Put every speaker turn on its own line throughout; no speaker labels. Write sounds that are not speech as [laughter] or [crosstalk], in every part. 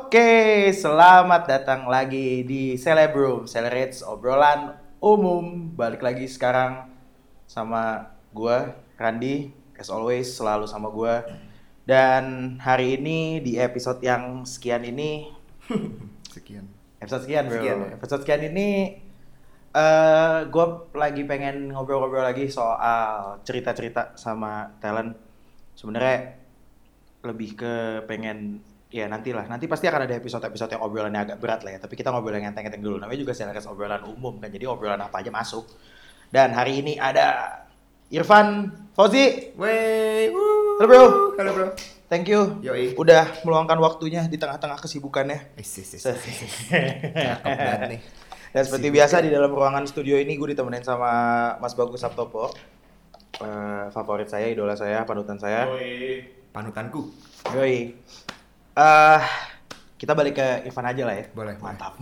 Oke, selamat datang lagi di Celebrum, Celebrates obrolan umum. Balik lagi sekarang sama gua Randi, as always selalu sama gua. Dan hari ini di episode yang sekian ini,
Sekian.
episode sekian bro,
Sekian, ya.
episode sekian ini eh gua lagi pengen ngobrol-ngobrol lagi soal cerita-cerita sama talent. Sebenarnya lebih ke pengen ya nantilah nanti pasti akan ada episode-episode yang obrolannya agak berat lah ya tapi kita ngobrol yang enteng-enteng dulu namanya juga series obrolan umum kan jadi obrolan apa aja masuk dan hari ini ada Irfan Fauzi
Wey, wuh.
Halo, bro.
Halo bro.
thank you
Yoi.
udah meluangkan waktunya di tengah-tengah kesibukannya
Eh, sis, sis, sis.
[laughs]
Cakep banget
dan
nih.
seperti
ya.
biasa di dalam ruangan studio ini gue ditemenin sama Mas Bagus Sabtopo Eh, favorit saya idola saya panutan saya
Panutanku.
[laughs] Yoi. Eh, kita balik ke Irfan aja lah ya.
Boleh, boleh. [laughs]
Mantap.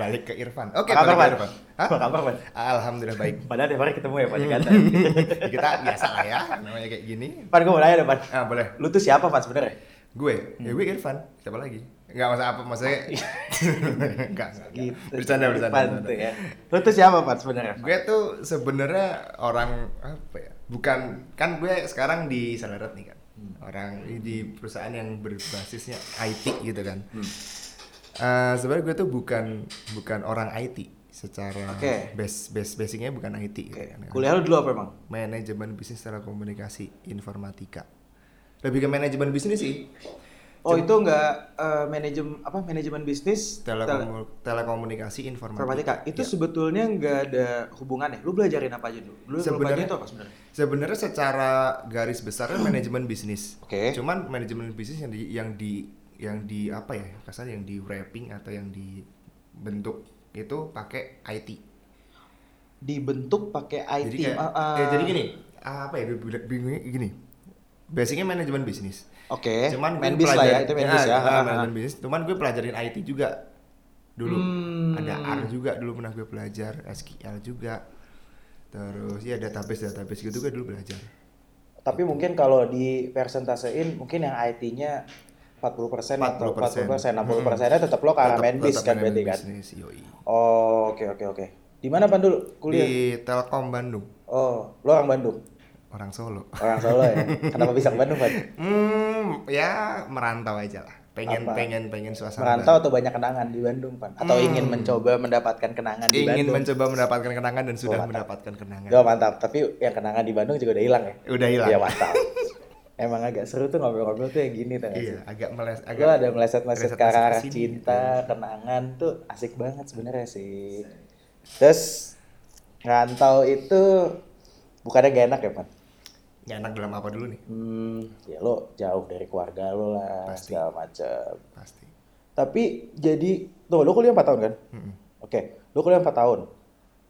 balik ke Irfan. Oke,
Apa
balik
kabar,
ke
Pan?
Irfan.
Apa kabar, Pan?
Alhamdulillah
[laughs]
baik.
Padahal tiap hari ketemu ya,
Iya.
Pan. Jakarta.
Kita biasa lah ya, namanya kayak gini.
Pan, gue mau nanya deh, Pan.
Ah, boleh.
Lu tuh siapa, Pan, sebenarnya?
Gue,
Hmm.
ya gue Irfan. Siapa lagi? Enggak masalah apa
[laughs]
maksudnya. [laughs] Enggak. enggak. Iya. Bercanda, bercanda.
Pan
bercanda.
Gitu. tuh ya. Lu tuh siapa, Pan, sebenarnya?
Gue tuh sebenarnya orang apa ya? Bukan kan gue sekarang di Saleret nih kan.
Hmm.
Orang di perusahaan yang berbasisnya IT gitu kan.
Hmm.
Eh, sebenarnya gue tuh bukan bukan orang IT secara
Oke.
base base basicnya bukan IT gitu
Oke.
kan.
Kuliah lu dulu apa, emang?
manajemen bisnis telekomunikasi informatika lebih ke manajemen bisnis sih
Oh, itu nggak eh, manajem apa manajemen bisnis tele-
Telekomu- telekomunikasi informatika, Ya.
informatika. Itu sebetulnya nggak ada hubungannya. Lu belajarin apa aja dulu? Lu
Sebenarnya-
sebenarnya itu apa sebenarnya?
sebenarnya secara garis besarnya manajemen bisnis
Oke.
cuman manajemen bisnis yang di yang di yang di apa ya kasarnya yang di wrapping atau yang dibentuk itu pakai IT
Dibentuk pakai IT.
jadi kayak
Ah, ah.
ya, jadi gini apa ya gue bilang- bingungnya gini basicnya manajemen bisnis
Oke.
cuman gue
main bis lah ya,
pelajari-
itu main bis ya. Ah,
ah,
ah.
manajemen bisnis. cuman gue pelajarin IT juga dulu
Hmm.
ada R juga dulu pernah gue belajar SQL juga terus ya database database gitu gue dulu belajar
Tapi mungkin kalau di persentasein mungkin yang IT-nya 40% atau 40%,
Hmm.
60 persennya tetap lo ke arah main bis kan berarti kan. Oh, oke oke oke. Di mana Pan dulu kuliah?
di Telkom Bandung
Oh, lo orang Bandung.
orang Solo
Orang Solo ya. Kenapa bisa ke
[laughs]
Bandung, Pan?
hmm ya merantau aja lah pengen
Apa?
pengen pengen suasana
Merantau atau banyak kenangan di Bandung, Pan? Atau ingin mencoba mendapatkan kenangan di
Hmm. ingin
Bandung?
mencoba mendapatkan kenangan dan sudah mendapatkan kenangan
Oh, mantap. Tapi yang kenangan di Bandung juga udah hilang ya?
Udah hilang.
Iya, mantap. [laughs] Emang agak seru tuh ngobrol-ngobrol tuh yang gini tuh. nggak sih?
iya agak meles agak
Gue ada meleset-meleset ke
meleset-meleset iya.
arah
kesini.
cinta, kenangan tuh asik banget sebenarnya sih. Terus rantau itu bukannya gak enak ya, Pan?
nggak enak dalam apa dulu nih
Hmm, ya lo jauh dari keluarga lo lah,
Pasti.
segala macem.
pasti
Tapi jadi, tuh lo kuliah 4 tahun kan?
Mm-mm.
Oke, lo kuliah 4 tahun.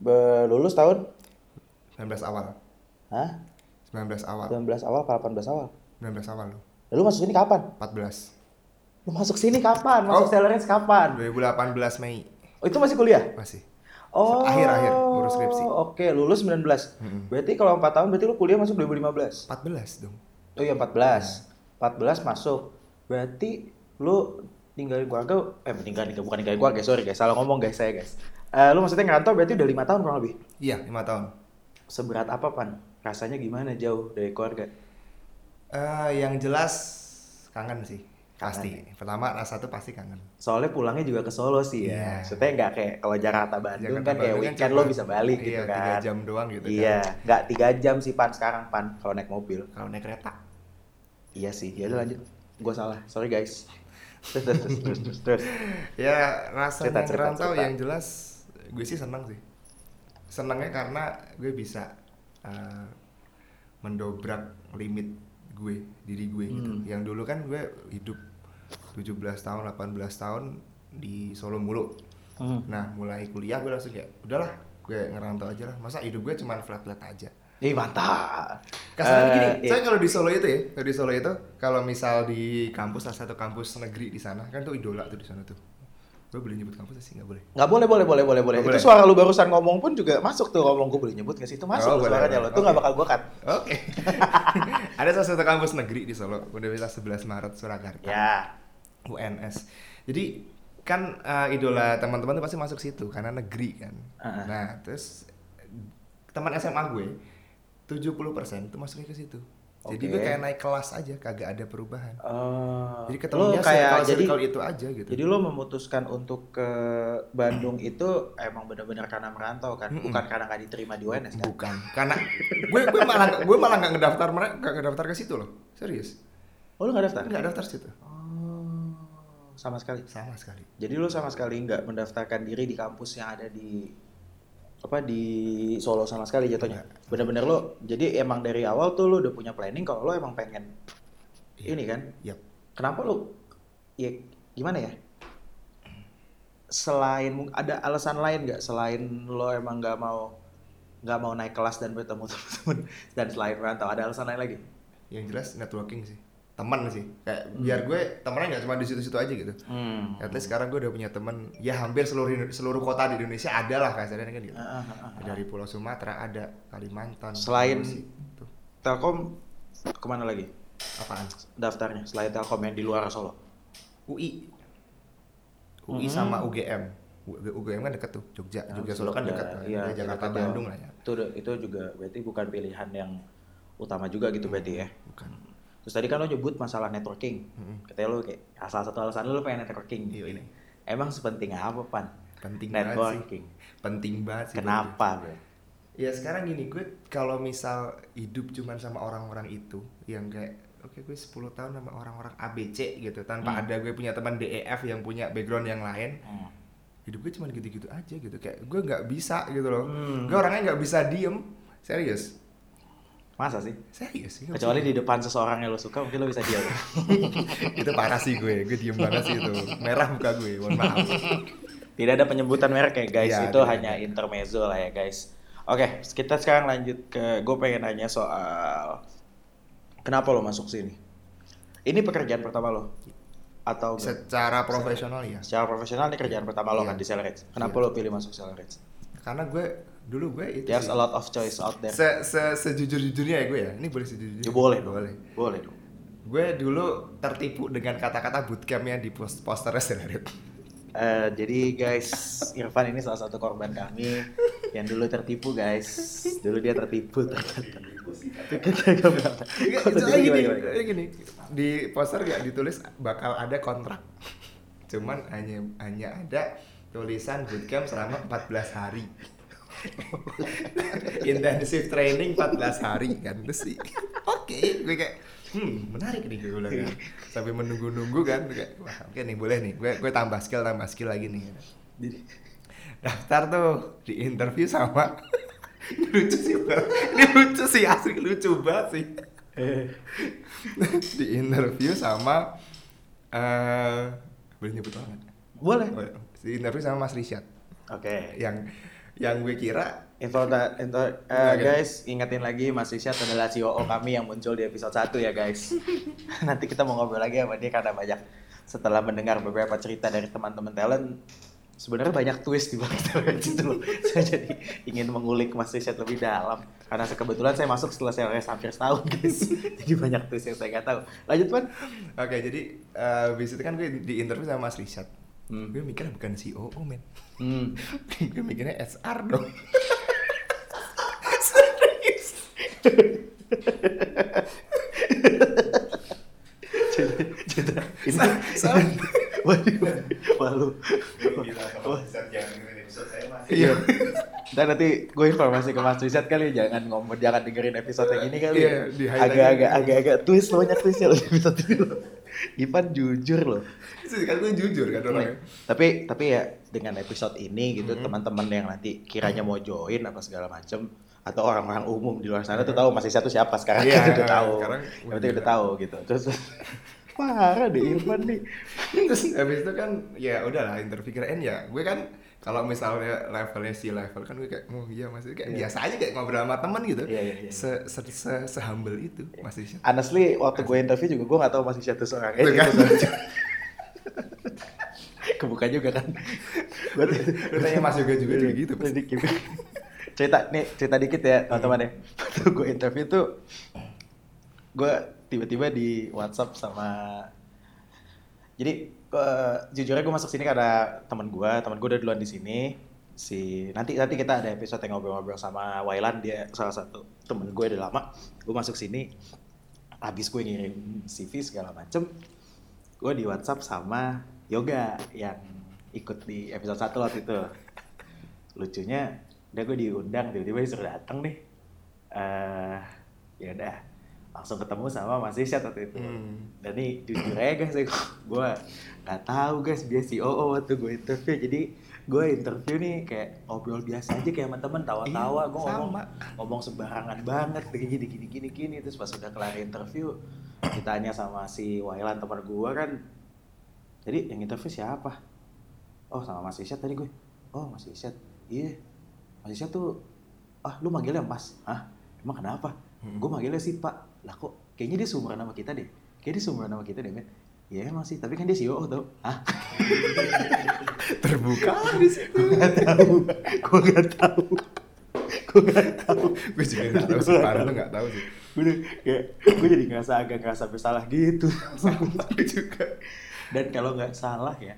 Be- lulus tahun?
19 awal
Hah?
19 awal
19 awal apa 18 awal?
19 awal lo
Lalu masuk sini kapan?
14
Lo masuk sini kapan? Masuk
Oh.
Celerens kapan?
2018 Mei
Oh, itu masih kuliah?
masih
Oh.
Akhir-akhir, ngurus skripsi.
Oke, lulus 19.
Mm-mm.
Berarti kalau 4 tahun berarti lu kuliah masuk 2015.
14 dong
Oh iya 14. 14 masuk. Berarti lu tinggalin keluarga eh tinggalin bukan tinggalin keluarga, sorry guys, salah ngomong guys saya guys. Eh lu maksudnya ngerantau berarti udah lima tahun kurang lebih.
iya 5 tahun
Seberat apa, Pan? Rasanya gimana jauh dari keluarga?
Eh yang jelas kangen sih pasti
Kangen ya?
pertama rasa tuh pasti kangen
Soalnya pulangnya juga ke Solo sih ya.
Iya.
Maksudnya nggak kayak kalau Jakarta Bandung kan kayak
Bandung
weekend
cuma-
lo bisa balik gitu
iya,
kan.
3 jam doang gitu
Iya,
kan
nggak tiga jam sih Pan sekarang Pan kalau naik mobil.
kalau naik kereta
Iya sih, ya udah lanjut. Gua salah, sorry guys. Terus terus terus terus terus. terus.
ya rasa
Cerita,
yang
cerita,
ngerantau
cerita.
yang jelas gue sih senang sih senangnya karena gue bisa eh, mendobrak limit gue diri gue gitu
Hmm.
yang dulu kan gue hidup 17 tahun 18 tahun di Solo mulu nah mulai kuliah gue langsung kayak udahlah gue ngerantau aja lah masa hidup gue cuma flat flat aja Kan
Ih mantap.
Kasarnya
Eh,
gini,
iya.
saya kalau di Solo itu ya, kalau di Solo itu kalau misal di kampus salah satu kampus negeri di sana kan tuh idola tuh di sana tuh. Gue boleh nyebut kampus sih nggak boleh.
Nggak boleh, boleh, boleh, boleh, boleh.
Nggak
Itu suara
boleh.
lu barusan ngomong pun juga masuk tuh ngomong gue boleh nyebut nggak sih? Itu masuk
Oh, boleh,
suaranya lo.
boleh.
Itu nggak
Oke.
bakal gue cut. [laughs]
Oke. Ada salah satu kampus negeri di Solo, Universitas 11 Maret Surakarta.
Ya.
UNS jadi kan eh, idola teman-teman tuh pasti masuk situ karena negeri kan
Ah.
nah terus teman SMA gue 70% tuh masuknya ke situ jadi gue
Oke.
kayak naik kelas aja kagak ada perubahan
Oh,
jadi
lo
ketemunya
kayak jadi
circle itu aja gitu
jadi lo memutuskan untuk ke Bandung itu emang benar-benar karena merantau kan,
Mm-mm.
bukan karena nggak diterima di UNS kan?
bukan karena gue gue malah gue malah nggak ngedaftar mereka nggak ngedaftar ke situ loh serius
Oh lo nggak daftar?
nggak daftar situ
Oh, sama sekali.
sama sekali
Jadi lo sama sekali nggak mendaftarkan diri di kampus yang ada di apa di Solo sama sekali jatuhnya. Bener-bener lo. Jadi emang dari awal tuh lo udah punya planning kalau lo emang pengen
Iya.
ini kan.
Yap.
Kenapa lo? Ya gimana ya? Selain mung- ada alasan lain nggak selain lo emang nggak mau nggak mau naik kelas dan bertemu [laughs] teman-teman dan selain merantau ada alasan lain lagi?
yang jelas networking sih teman sih kayak biar gue temennya nggak cuma di situ-situ aja gitu
Hmm.
at least sekarang gue udah punya temen ya hampir seluruh seluruh kota di Indonesia ada lah kasarnya kan gitu
Ah, ah, ah, ah.
dari Pulau Sumatera ada Kalimantan
Selain-
Sulawesi, tuh
Telkom kemana lagi?
apaan
daftarnya selain Telkom yang di luar Solo.
UI UI
Mhm.
sama UGM U- UGM kan deket tuh Jogja Jogja Solo kan deket lah.
Iya,
Dari Jakarta
deket
Bandung
ya.
lah ya
Itu itu juga berarti bukan pilihan yang utama juga gitu berarti ya.
bukan
Terus tadi kan lo nyebut masalah networking.
Mhm.
Katanya lo kayak asal satu alasan lo, lo pengen networking.
Iya, ini.
Emang sepenting apa pan?
penting banget sih
networking.
penting banget sih
Kenapa bro?
ya sekarang gini gue kalau misal hidup cuman sama orang-orang itu yang kayak oke gue 10 tahun sama orang-orang ABC gitu tanpa
Hmm.
ada gue punya teman DEF yang punya background yang lain
Hmm.
hidup gue cuman gitu-gitu aja gitu kayak gue nggak bisa gitu loh
Hmm.
gue orangnya nggak bisa diem serius
Masa sih?
serius gue nggak
Kecuali
bisa
di depan seseorang yang lo suka mungkin lo bisa diam.
[laughs] diem. [laughs] itu parah sih gue gue diem banget sih itu merah muka gue
[laughs]
mohon maaf
Tidak ada penyebutan merek ya guys,
Iya,
itu
tidak
hanya intermezzo lah ya guys. Oke, kita sekarang lanjut ke gue pengen nanya soal kenapa lo masuk sini? Ini pekerjaan pertama lo atau enggak?
secara profesional ya
secara profesional ini kerjaan pertama lo
Iya.
kan di Celerex. Kenapa
Iya.
lo pilih masuk Celerex?
karena gue dulu gue itu
There's
sih.
a lot of choice out there.
se, se sejujur jujurnya ya gue ya ini boleh sejujurnya
Ya, boleh, dong.
boleh
boleh dong.
gue dulu tertipu dengan kata-kata bootcampnya di post posternya Selerit
Eh, jadi guys, Irfan ini salah satu korban kami yang dulu tertipu guys. Dulu dia
[laughs]
tertipu [laughs] ternyata.
Enggak,
Gimana,
soalnya gitu.
gimana,
gini,
gimana?
soalnya gini di poster nggak ditulis bakal ada kontrak [laughs] cuman hanya hanya ada tulisan bootcamp selama 14 hari [laughs] intensif training 14 hari kan terus sih oke gue kayak hmm menarik nih gue bilang kan. sampai menunggu-nunggu kan gue kayak wah oke nih boleh nih gue gue tambah skill tambah skill lagi nih
Jadi-
daftar tuh di interview sama [laughs] Ini lucu sih Bang. ini lucu sih asli lucu banget sih [laughs] di interview sama eh boleh nyebut orang nggak?
Boleh.
Oh, di interview sama Mas Rishad
Oke.
yang yang gue kira
Info da- info- eh,
Oke.
guys, ingetin lagi Mas Risyad adalah COO kami yang muncul di episode 1 ya guys. Nanti kita mau ngobrol lagi sama dia karena banyak setelah mendengar beberapa cerita dari teman-teman talent sebenarnya banyak twist di balik talent itu loh. [laughs] Saya jadi ingin mengulik Mas Risyad lebih dalam karena kebetulan saya masuk setelah saya les hampir setahun guys. [laughs] jadi banyak twist yang saya nggak tahu. Lanjut Pan.
oke jadi eh habis itu kan gue di interview sama Mas Rishad
Hmm.
gue mikirnya bukan CEO men [laughs]
Hmm.
gue mikirnya SR dong
Cerita, cerita. Ini,
Sa- sa-
waduh, malu.
iya
Dan nanti gue informasi ke Mas Rizat kali ya, jangan ngomong jangan dengerin episode yang ini kali.
Iya,
ya.
di highlight
Agak-agag
aja.
agak-agak twist banyak twist ya loh episode ini. loh. Ipan jujur loh.
Terus kan gue jujur kan orangnya
Iya. Tapi tapi ya dengan episode ini gitu
Mhm.
teman-teman yang nanti kiranya mau join apa segala macem atau orang-orang umum di luar sana tuh tahu masih satu siapa sekarang
Iya,
[laughs] udah tahu.
sekarang
Yang penting udah tahu gitu. Terus [laughs] parah deh Irfan nih.
[laughs] terus habis itu kan ya udahlah interview kirain ya gue kan kalau misalnya levelnya si level kan gue kayak oh iya masih kayak
Iya.
biasa aja kayak ngobrol sama teman gitu
Iya, iya, iya.
se se se sehumble itu masih
Honestly, waktu gue interview juga gue gak tahu masih satu seorang
Tuh
aja.
kan.
[laughs] Kebuka juga kan. Gue
Lu- [laughs] lu tanya Mas Yoga juga juga gitu, Mas. Hmm.
cerita nih cerita dikit ya teman-teman ya. [laughs] Waktu gue interview tuh gue tiba-tiba di WhatsApp sama jadi Ke- jujurnya gue masuk sini karena teman gue, teman gue udah duluan di sini. Si nanti nanti kita ada episode yang ngobrol-ngobrol sama Wailan dia salah satu temen gue udah lama. Gue masuk sini, habis gue ngirim CV segala macem, gue di WhatsApp sama Yoga yang ikut di episode 1 waktu itu. Lucunya, udah gue diundang tiba-tiba disuruh datang nih. eh ya udah langsung ketemu sama Mas Isyat waktu itu.
Hmm.
Dan nih jujur aja guys, gue nggak tahu guys dia COO waktu gue interview. Jadi gue interview nih kayak ngobrol biasa aja kayak sama temen tawa-tawa.
Iya,
gue ngomong
sama.
ngomong sembarangan banget kayak gini gini gini gini terus pas udah kelar interview ditanya sama si Wailan teman gua kan jadi yang interview siapa oh sama Mas Isyat tadi gue oh Mas Isyat iya Mas Isyat tuh ah lu manggilnya Mas ah emang kenapa
Hmm.
gue manggilnya sih Pak lah kok kayaknya dia sumuran nama kita deh kayaknya dia sumuran nama kita deh men Iya emang sih, tapi kan dia CEO tau Hah?
[laughs] terbuka Ah, di
[laughs]
situ
Gak tau, gue gak tau Gue gak tau
gue juga nggak tahu sih Farhan tuh nggak tahu sih
gue kayak gue jadi ngerasa agak ngerasa bersalah gitu
Gue juga
dan kalau nggak salah ya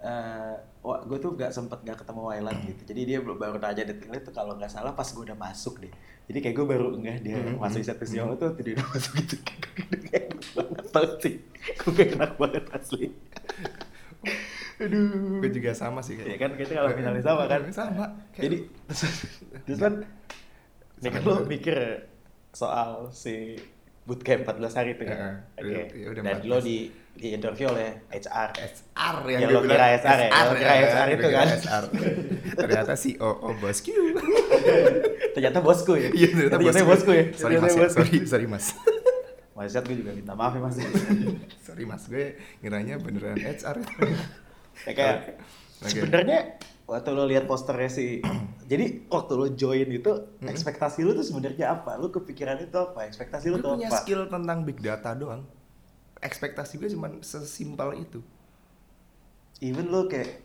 eh wah gue tuh nggak sempet nggak ketemu Wailan gitu jadi dia belum- baru nanya detailnya tuh kalau nggak salah pas gue udah masuk deh jadi kayak gue baru enggak dia
Hmm.
masuk satu siang tuh tidur udah masuk gitu kayak enak banget tau sih gue kayak enak banget asli aduh
gue juga sama sih
Iya kan, kita kalau finalis sama kan?
sama Kayak-
jadi terus terus kan ini kan lo mikir soal si bootcamp 14 hari itu
Heeh.
kan? Oke.
Udah- ya udah Eh.
Dan
14.
lo di di interview oleh HR.
SR yang
Ya,
dia
lo
bilang
kira SR ya, lo kira
ya,
SR
gue
itu
kira
kan.
SR. ternyata si OO bosku
ternyata bosku ya.
[laughs] iya ternyata
bosku. ya.
sorry
ternyata
mas ya,
bosku.
sorry sorry mas
Mas Yat, gue juga minta maaf
[laughs]
ya Mas.
sorry mas gue ngiranya beneran HR
ya kayak
Oke.
sebenarnya waktu lo lihat posternya si [clears throat] jadi waktu lo join itu ekspektasi lo tuh sebenarnya apa? Lo kepikiran [laughs] itu apa? Ekspektasi lo
gue
tuh
punya
apa?
skill tentang big data doang ekspektasi gue cuma sesimpel itu
Even lo kayak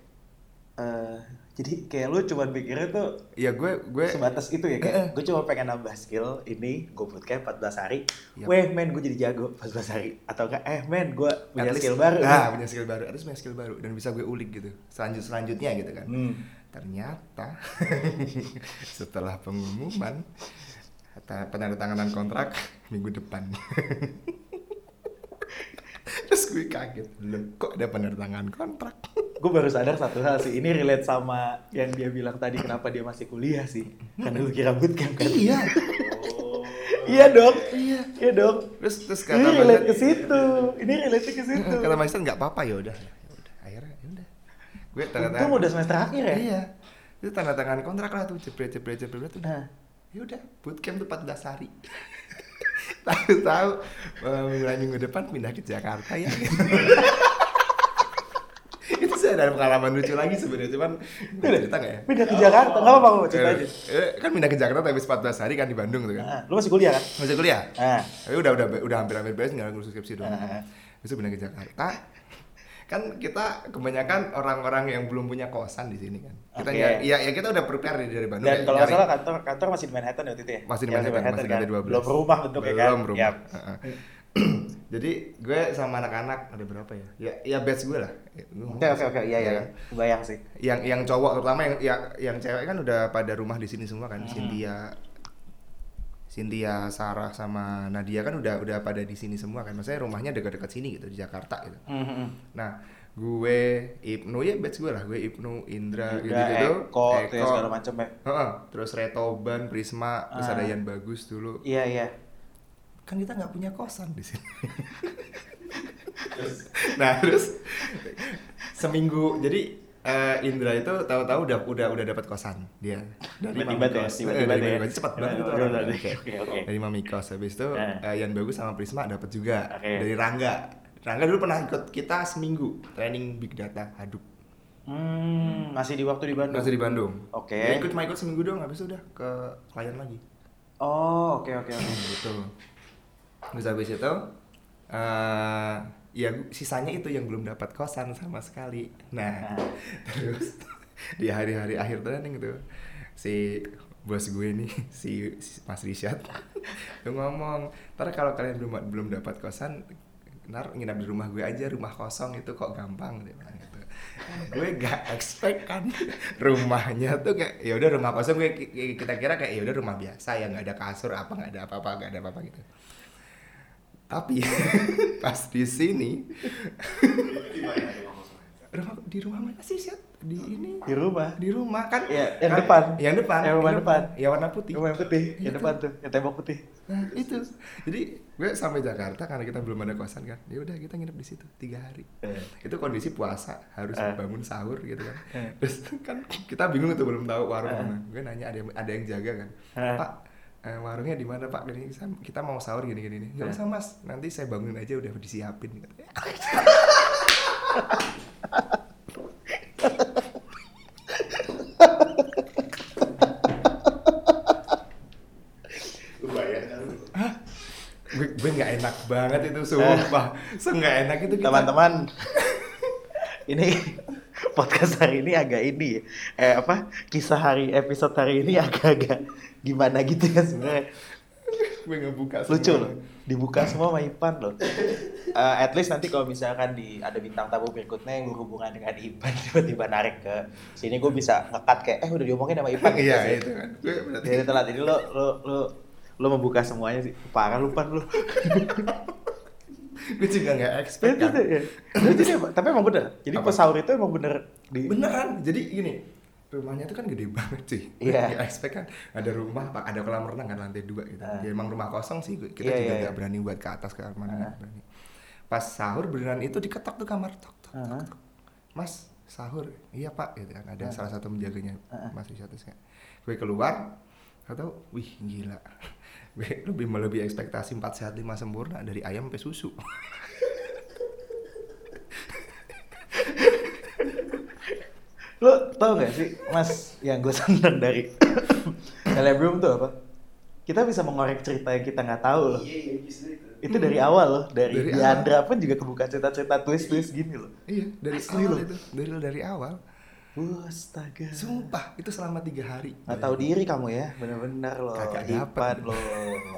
eh, jadi kayak lo cuma pikirnya tuh
ya gue gue
sebatas itu ya
Eh, eh.
kayak gue cuma pengen nambah skill ini gue bootcamp 14 hari
Yap.
weh men gue jadi jago 14 hari atau enggak eh men gue punya
At least-
skill baru
Nah, punya skill baru. Harus punya skill baru dan bisa gue ulik gitu. Selanjut selanjutnya gitu kan.
Hmm.
Ternyata [laughs] setelah pengumuman ta- penandatanganan kontrak [laughs] minggu depan. Terus gue kaget, loh kok ada penandatanganan kontrak?
gue baru sadar satu hal sih ini relate sama yang dia bilang tadi kenapa dia masih kuliah sih karena lu kira bootcamp
[laughs]
kan
iya.
iya dong
Iya.
iya dong
Terus terus
ini
kata Mas
relate
Ed-
Iya, ke situ ini relate ke situ
Kata Master nggak apa-apa ya udah. Ya udah, akhirnya ya udah. Gue tanda
untung udah semester akhir ya
Iya. Itu tanda tangan kontrak lah tuh jebret jebret jebret udah.
nah
ya udah bootcamp tuh 14 hari [laughs] tahu-tahu eh, mulai minggu depan pindah ke Jakarta ya [laughs] itu saya ada pengalaman lucu lagi sebenarnya cuman
Udah,
cerita nggak ya
pindah ke Jakarta nggak apa-apa gua cerita aja
Eh, kan pindah ke Jakarta tapi 14 hari kan di Bandung tuh kan
Nah, lu masih kuliah kan
masih kuliah
nah
tapi udah udah udah hampir hampir beres nggak ngurus skripsi doang.
Ah.
Terus pindah ke Jakarta. Kan kita kebanyakan orang-orang yang belum punya kosan di sini kan. Kita
Oke.
nyari- ya, ya kita udah prepare dari, dari Bandung.
Dan
ya,
kalau nggak
nyari-
salah kantor kantor masih di Manhattan ya waktu itu ya?
masih di
Ya,
Manhattan,
kan?
masih lantai 12.
Belum rumah bentuknya kan?
Belum rumah.
Yap.
Heeh. [clears throat] Jadi gue sama anak-anak ada berapa ya? Ya ya batch gue lah. kan? Ya, gue
Oke oke oke, iya iya. iya. Bayang sih.
Yang yang cowok terutama yang ya, yang cewek kan udah pada rumah di sini semua kan. Cynthia Cynthia, Sarah sama Nadia kan udah udah pada di sini semua kan. Maksudnya rumahnya dekat-dekat sini gitu di Jakarta gitu.
Hmm,
Nah, gue Ibnu ya batch gue lah, gue Ibnu, Indra
Juga
gitu-gitu.
Eko, itu ya, segala macam ya.
Heeh, terus Retoban, Prisma, terus
Ah.
ada Yan Bagus dulu.
Iya iya.
Kan kita nggak punya kosan di sini. nah, terus seminggu jadi eh, Indra itu tahu-tahu udah udah udah dapat kosan dia
Tiba-tiba
Mami
ya,
Kos.
tiba-tiba
Eh, dari
ya.
Mami Kos. cepet banget itu
Tiba-tiba,
orang.
tiba-tiba. Oke, oke.
dari Mami Kos habis itu
Eh.
eh, Yan Bagus sama Prisma dapat juga
Oke.
dari Rangga Rangga dulu pernah ikut kita seminggu training big data Hadoop
Hmm, masih di waktu di Bandung.
masih di Bandung
Oke.
Dia ikut cuma ikut seminggu doang habis itu udah ke klien lagi
Oh, oke oke oke.
gitu terus habis itu eh ya sisanya itu yang belum dapat kosan sama sekali
Nah.
nah, terus di hari-hari akhir training tuh si bos gue nih si, si Mas Rishad tuh ngomong ntar kalau kalian belum belum dapat kosan nar nginap di rumah gue aja rumah kosong itu kok gampang dia bilang gitu gue gak expect kan rumahnya tuh kayak ya udah rumah kosong gue ki- kita kira kayak ya udah rumah biasa ya nggak ada kasur apa nggak ada apa-apa nggak ada apa-apa gitu tapi [laughs] pas di sini [laughs] rumah di rumah mana sih Syat? di ini
di rumah
di rumah kan
Ya, yang
kan-
depan.
yang depan
Yang rumah
ya warna putih Iya, kan?
rumah yang putih yang depan tuh yang tembok putih
Nah, itu. Jadi gue sampai Jakarta karena kita belum ada kosan kan. Ya udah kita nginep di situ tiga hari.
Eh.
Itu kondisi puasa, harus
Eh.
bangun sahur gitu kan.
Eh.
Terus kan kita bingung tuh belum tahu warung
Eh.
mana. Gue nanya ada yang, ada yang jaga kan.
Eh.
Pak eh, warungnya di mana Pak? Ini sam- kita mau sahur gini gini.
Eh.
Gak usah Mas, nanti saya bangunin aja udah disiapin. katanya.
Lu bayangkan lu.
Gue gue nggak enak banget itu sumpah.
Eh.
Se nggak enak itu kita.
teman-teman [laughs] ini [laughs] podcast hari ini agak ini ya. eh apa kisah hari episode hari ini [laughs] agak-agak gimana gitu ya sebenarnya
Gue ngebuka
lucu
semua.
loh dibuka semua sama Ipan loh Eh, at least nanti kalau misalkan di ada bintang tamu berikutnya yang berhubungan dengan Ipan [laughs] tiba-tiba narik ke sini gue bisa ngekat kayak eh udah diomongin sama Ipan gitu
[laughs] Iya
sih.
itu kan. Gue
[laughs]
berarti
jadi telat jadi lo lo lo lo membuka semuanya sih parah lu Pan lu
gue juga nggak expect
Itu
kan.
tuh, ya. Tapi jadi emang- tapi emang bener jadi
Apa?
pas sahur itu emang bener di
beneran jadi gini rumahnya tuh kan gede banget sih
Iya.
Nggak expect kan ada rumah pak ada kolam renang kan lantai dua gitu
Ah.
ya emang rumah kosong sih gue- kita
Iya,
juga
iya,
nggak
iya. Ah.
berani buat ke atas ke kamar nggak berani pas sahur beneran itu diketok tuh kamar tok tok tok,
Ah.
tok. mas sahur iya pak gitu kan ada salah satu menjaganya
Ah.
mas Wisata kayak gue keluar atau wih gila [laughs] gue lebih melebihi ekspektasi 4 sehat 5 sempurna dari ayam sampai susu
lo tau gak sih mas yang gue seneng dari [coughs] Telebrium tuh apa kita bisa mengorek cerita yang kita nggak tahu loh
Iya, iya, justru itu.
itu dari awal loh dari,
Dari
Diandra pun juga kebuka cerita-cerita twist-twist gini loh
iya dari
Asli
awal
loh.
itu dari dari awal
Wah, astaga
Sumpah, itu selama tiga hari.
nggak tahu diri kamu ya bener-bener loh
Kagak
Ipan
dapet.
loh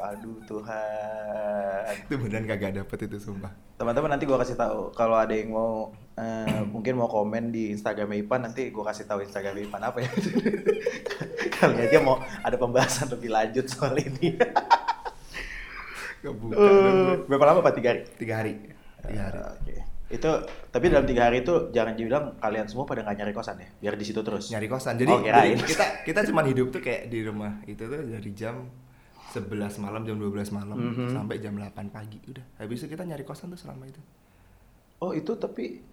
aduh Tuhan
Itu beneran kagak dapet itu sumpah.
teman-teman nanti gue kasih tahu kalau ada yang mau eh, [clears throat] mungkin mau komen di Instagram Ipan nanti gue kasih tahu Instagram Ipan apa ya [laughs] kali aja mau ada pembahasan lebih lanjut soal
[laughs]
ini
Kebuka.
Eh, berapa lama pak tiga hari?
Tiga hari. Tiga hari.
Eh, Oke. Itu tapi dalam tiga hari itu jangan dibilang kalian semua pada nggak nyari kosan ya, biar di situ terus.
Nyari kosan. Jadi,
Oh, kirain.
jadi kita kita cuman hidup tuh kayak di rumah. Itu tuh dari jam 11 malam, jam 12 malam
Mhm.
sampai jam 8 pagi. Udah, habis itu kita nyari kosan tuh selama itu.
Oh itu tapi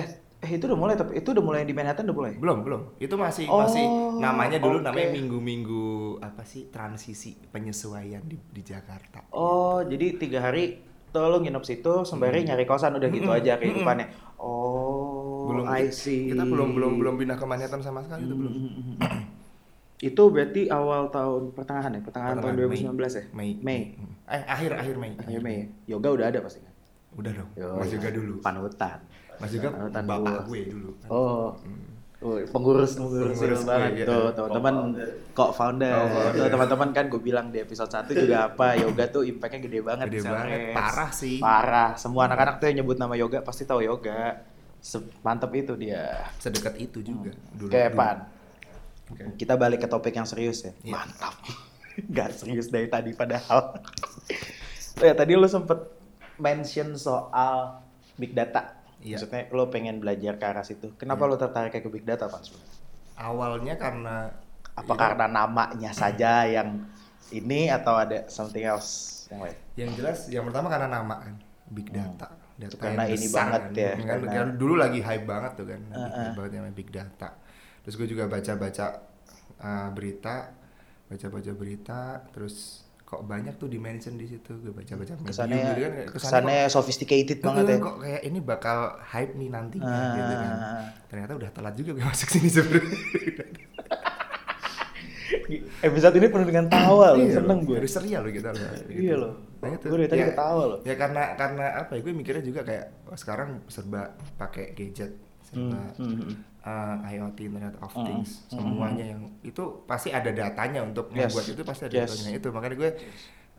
eh eh itu udah mulai tapi itu udah mulai di Manhattan udah mulai.
Belum, belum. Itu masih
Oh,
masih namanya dulu
oke.
namanya minggu-minggu apa sih? Transisi penyesuaian di, di Jakarta.
Oh jadi tiga hari tuh lo nginep situ sembari
Hmm.
nyari kosan udah gitu aja kehidupannya. Oh
belum
I see.
kita belum belum belum pindah ke Manhattan sama sekali itu belum.
Mm-mm. itu berarti awal tahun pertengahan ya, pertengahan, tahun 2019 ya?
kan? Mei.
Mei.
Eh, akhir akhir Mei.
Akhir Mei. ya? Yoga udah ada pasti kan?
Udah dong.
Yo,
Mas
iya.
Yoga dulu.
Panutan.
Mas Yoga
Panutan
bapak
gua.
gue dulu. Mm.
Oh. Woi, pengurus pengurus,
Pengurus
pengurus
gue,
banget
iya.
tuh teman-teman kok founder,
Co-founder.
Tuh, teman-teman kan gue bilang di episode 1 juga apa yoga tuh impactnya gede banget
Gede
di
banget.
Sunrise.
Parah sih.
parah semua anak-anak tuh yang nyebut nama yoga pasti tahu yoga Se- mantep itu dia
Sedekat itu juga dulu.
Oke,
dulu.
Hmm. Pan.
Oke.
Kita balik ke topik yang serius ya.
Iya.
Mantap. [laughs] Gak serius dari tadi padahal. [laughs] Oh ya tadi lu sempet mention soal big data.
Iya.
Maksudnya lu pengen belajar ke arah situ. Kenapa lu tertarik ke big data, Pan? sebenarnya?
Awalnya karena
Apa
ya,
karena namanya saja yang ini atau ada something else yang lain?
yang jelas yang pertama karena nama kan big data. Data
Hmm. Karena
yang
ini
besar
banget
kan.
ya,
Kan
karena-
kan dulu lagi hype banget tuh kan. Lagi
Uh-uh.
hype banget yang namanya big data. Terus gue juga baca-baca uh, berita, baca-baca berita terus kok banyak tuh dimention di situ gue baca-baca medium
Kesannya
gitu kan,
kesannya,
kok-
sophisticated
Betul,
banget ya.
kok kayak ini bakal hype nih nantinya
Ah.
gitu kan ternyata udah telat juga gue masuk sini sebenarnya [laughs]
Episode ini penuh dengan tawa loh,
Iya
seneng
loh,
gue.
harus ceria loh kita loh gitu.
Iya loh.
Nah, itu.
Gue dari tadi
Ya,
ketawa loh.
ya karena karena apa ya gue mikirnya juga kayak oh, sekarang serba pakai gadget serba
Hmm, hmm, hmm.
uh, IoT Internet of
Hmm,
Things
hmm,
semuanya yang itu pasti ada datanya untuk
Yes.
membuat itu pasti ada
Yes.
datanya itu makanya gue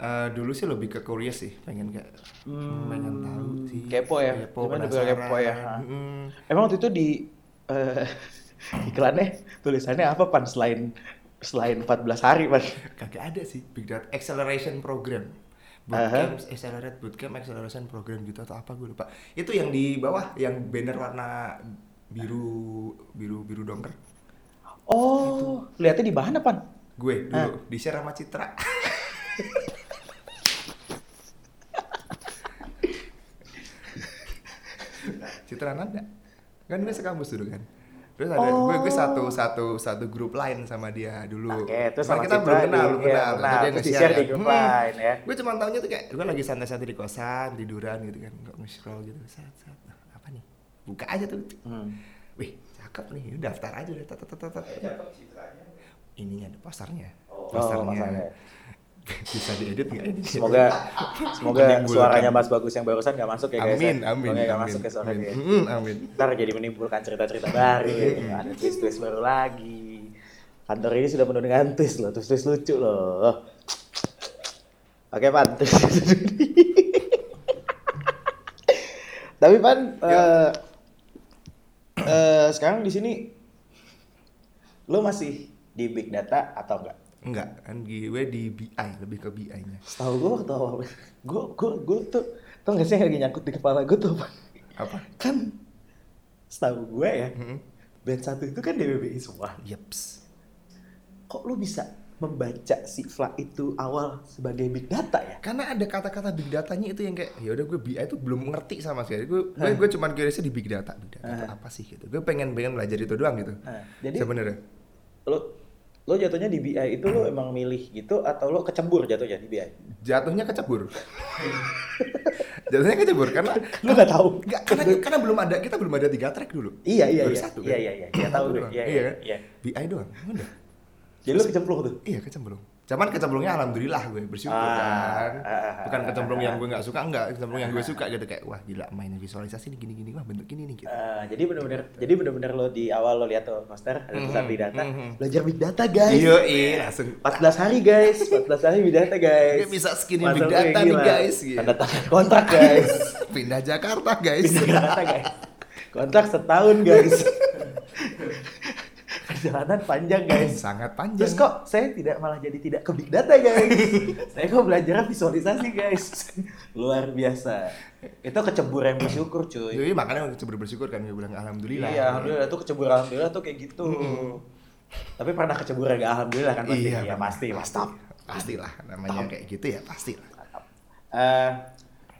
eh, dulu sih lebih ke curious sih, pengen kayak
Hmm,
pengen tahu sih.
kepo ya,
kepo,
cuman juga
penasaran.
kepo ya, ha.
Mm.
Emang waktu itu di eh, [laughs] iklannya tulisannya apa pan selain selain 14 hari pan?
kagak ada sih big data acceleration program bootcamp accelerate bootcamp acceleration program gitu atau apa gue lupa itu yang di bawah yang banner warna biru biru biru dongker
Oh, lihatnya di bahan pan? Eh.
gue dulu di share sama Citra [laughs] Citra Nanda kan gue sekampus dulu kan terus ada gue gue satu satu satu grup lain sama dia dulu
Oh. Oke, terus
Cuman
sama
kita
Citra
belum
di-
kenal belum
iya, kenal.
kenal Terus dia
Terus
nge-share
di-share di
kan.
grup
Hmm.
lain ya.
gue cuma tahunya tuh kayak gue lagi santai-santai di kosan tiduran gitu kan nggak nge-scroll gitu saat saat apa nih buka aja tuh Hmm. wih cakep nih yuk daftar aja udah tat, tat, tat, tat. ininya ada pasarnya
Oh, pasarnya.
bisa diedit nggak ini
[laughs]
[laughs]
Semoga semoga
Menimbulkan.
suaranya Mas Bagus yang barusan gak masuk ya guys. ya.
amin amin
Semoga nggak
amin,
masuk ya
amin.
suaranya.
Mm, amin.
Ntar jadi menimbulkan cerita-cerita baru, gitu kan. ada twist-twist baru lagi. Kantor ini sudah penuh dengan twist loh, twist-twist lucu loh. Oke Pan. [laughs] Tapi Pan, eh, eh, sekarang di sini lo masih di big data atau enggak?
enggak kan gue di BI lebih ke BI nya
Setahu gue waktu awal, gue gue gue tuh tau gak sih yang lagi nyangkut di kepala gue tuh Pan?
apa
kan setahu gue ya
Mm-mm.
band satu itu kan DBBI semua
yeps
kok lu bisa membaca si Fla itu awal sebagai big data ya
karena ada kata-kata big datanya itu yang kayak ya udah gue BI itu belum ngerti sama sekali gue gue, gue cuman curiousnya di big data big data itu apa sih gitu gue pengen pengen belajar itu doang gitu
Hah. Nah, Jadi-
sebenarnya
lu lu jatuhnya di BI itu lu emang milih gitu atau lu kecembur jatuhnya di BI
jatuhnya kecebur jatuhnya kecebur karena
lu gak tahu
Enggak, karena karena belum ada kita belum ada tiga track dulu.
iya iya
Baru
iya
satu,
iya
kan?
iya iya iya tahu
Satu
gue
doang.
iya
iya,
iya
kan?
iya
BI doang. Udah.
jadi lu kecemplung tuh
Iya, kecemplung. Cuman kecemplungnya alhamdulillah gue bersyukur
Ah,
kan.
ah, ah,
Bukan
ah,
kecemplung
ah,
yang gue nggak suka enggak, kecemplung yang gue suka gitu kayak wah gila mainnya visualisasi nih gini-gini wah bentuk gini nih gitu.
Eh, jadi bener-bener jadi bener-bener lo di awal lo lihat tuh master ada tulisan
Mhm,
big data
mhm.
belajar big data guys
Iya, iya, langsung
14 hari guys, 14 hari big data guys.
Dia bisa skinin
Masuk
big data
kayak
nih,
gila.
guys. Gila.
Tanda tangan kontrak guys.
pindah Jakarta, [laughs] guys.
Pindah big data guys. Kontrak setahun
[laughs]
guys. Perjalanan panjang guys.
Sangat panjang.
Terus kok saya tidak malah jadi tidak ke big data
[laughs]
guys. saya kok belajar visualisasi guys. Luar biasa. Itu kecebur yang bersyukur cuy.
Jadi Iya, makanya waktu itu bersyukur kan gue bilang alhamdulillah. Hmm.
Iya, alhamdulillah tuh kecebur alhamdulillah tuh kayak gitu. Tapi pernah kecebur gak alhamdulillah kan pasti.
Iya,
Iya, pasti, pasti.
Pastilah namanya kayak gitu ya, pastilah.
Eh,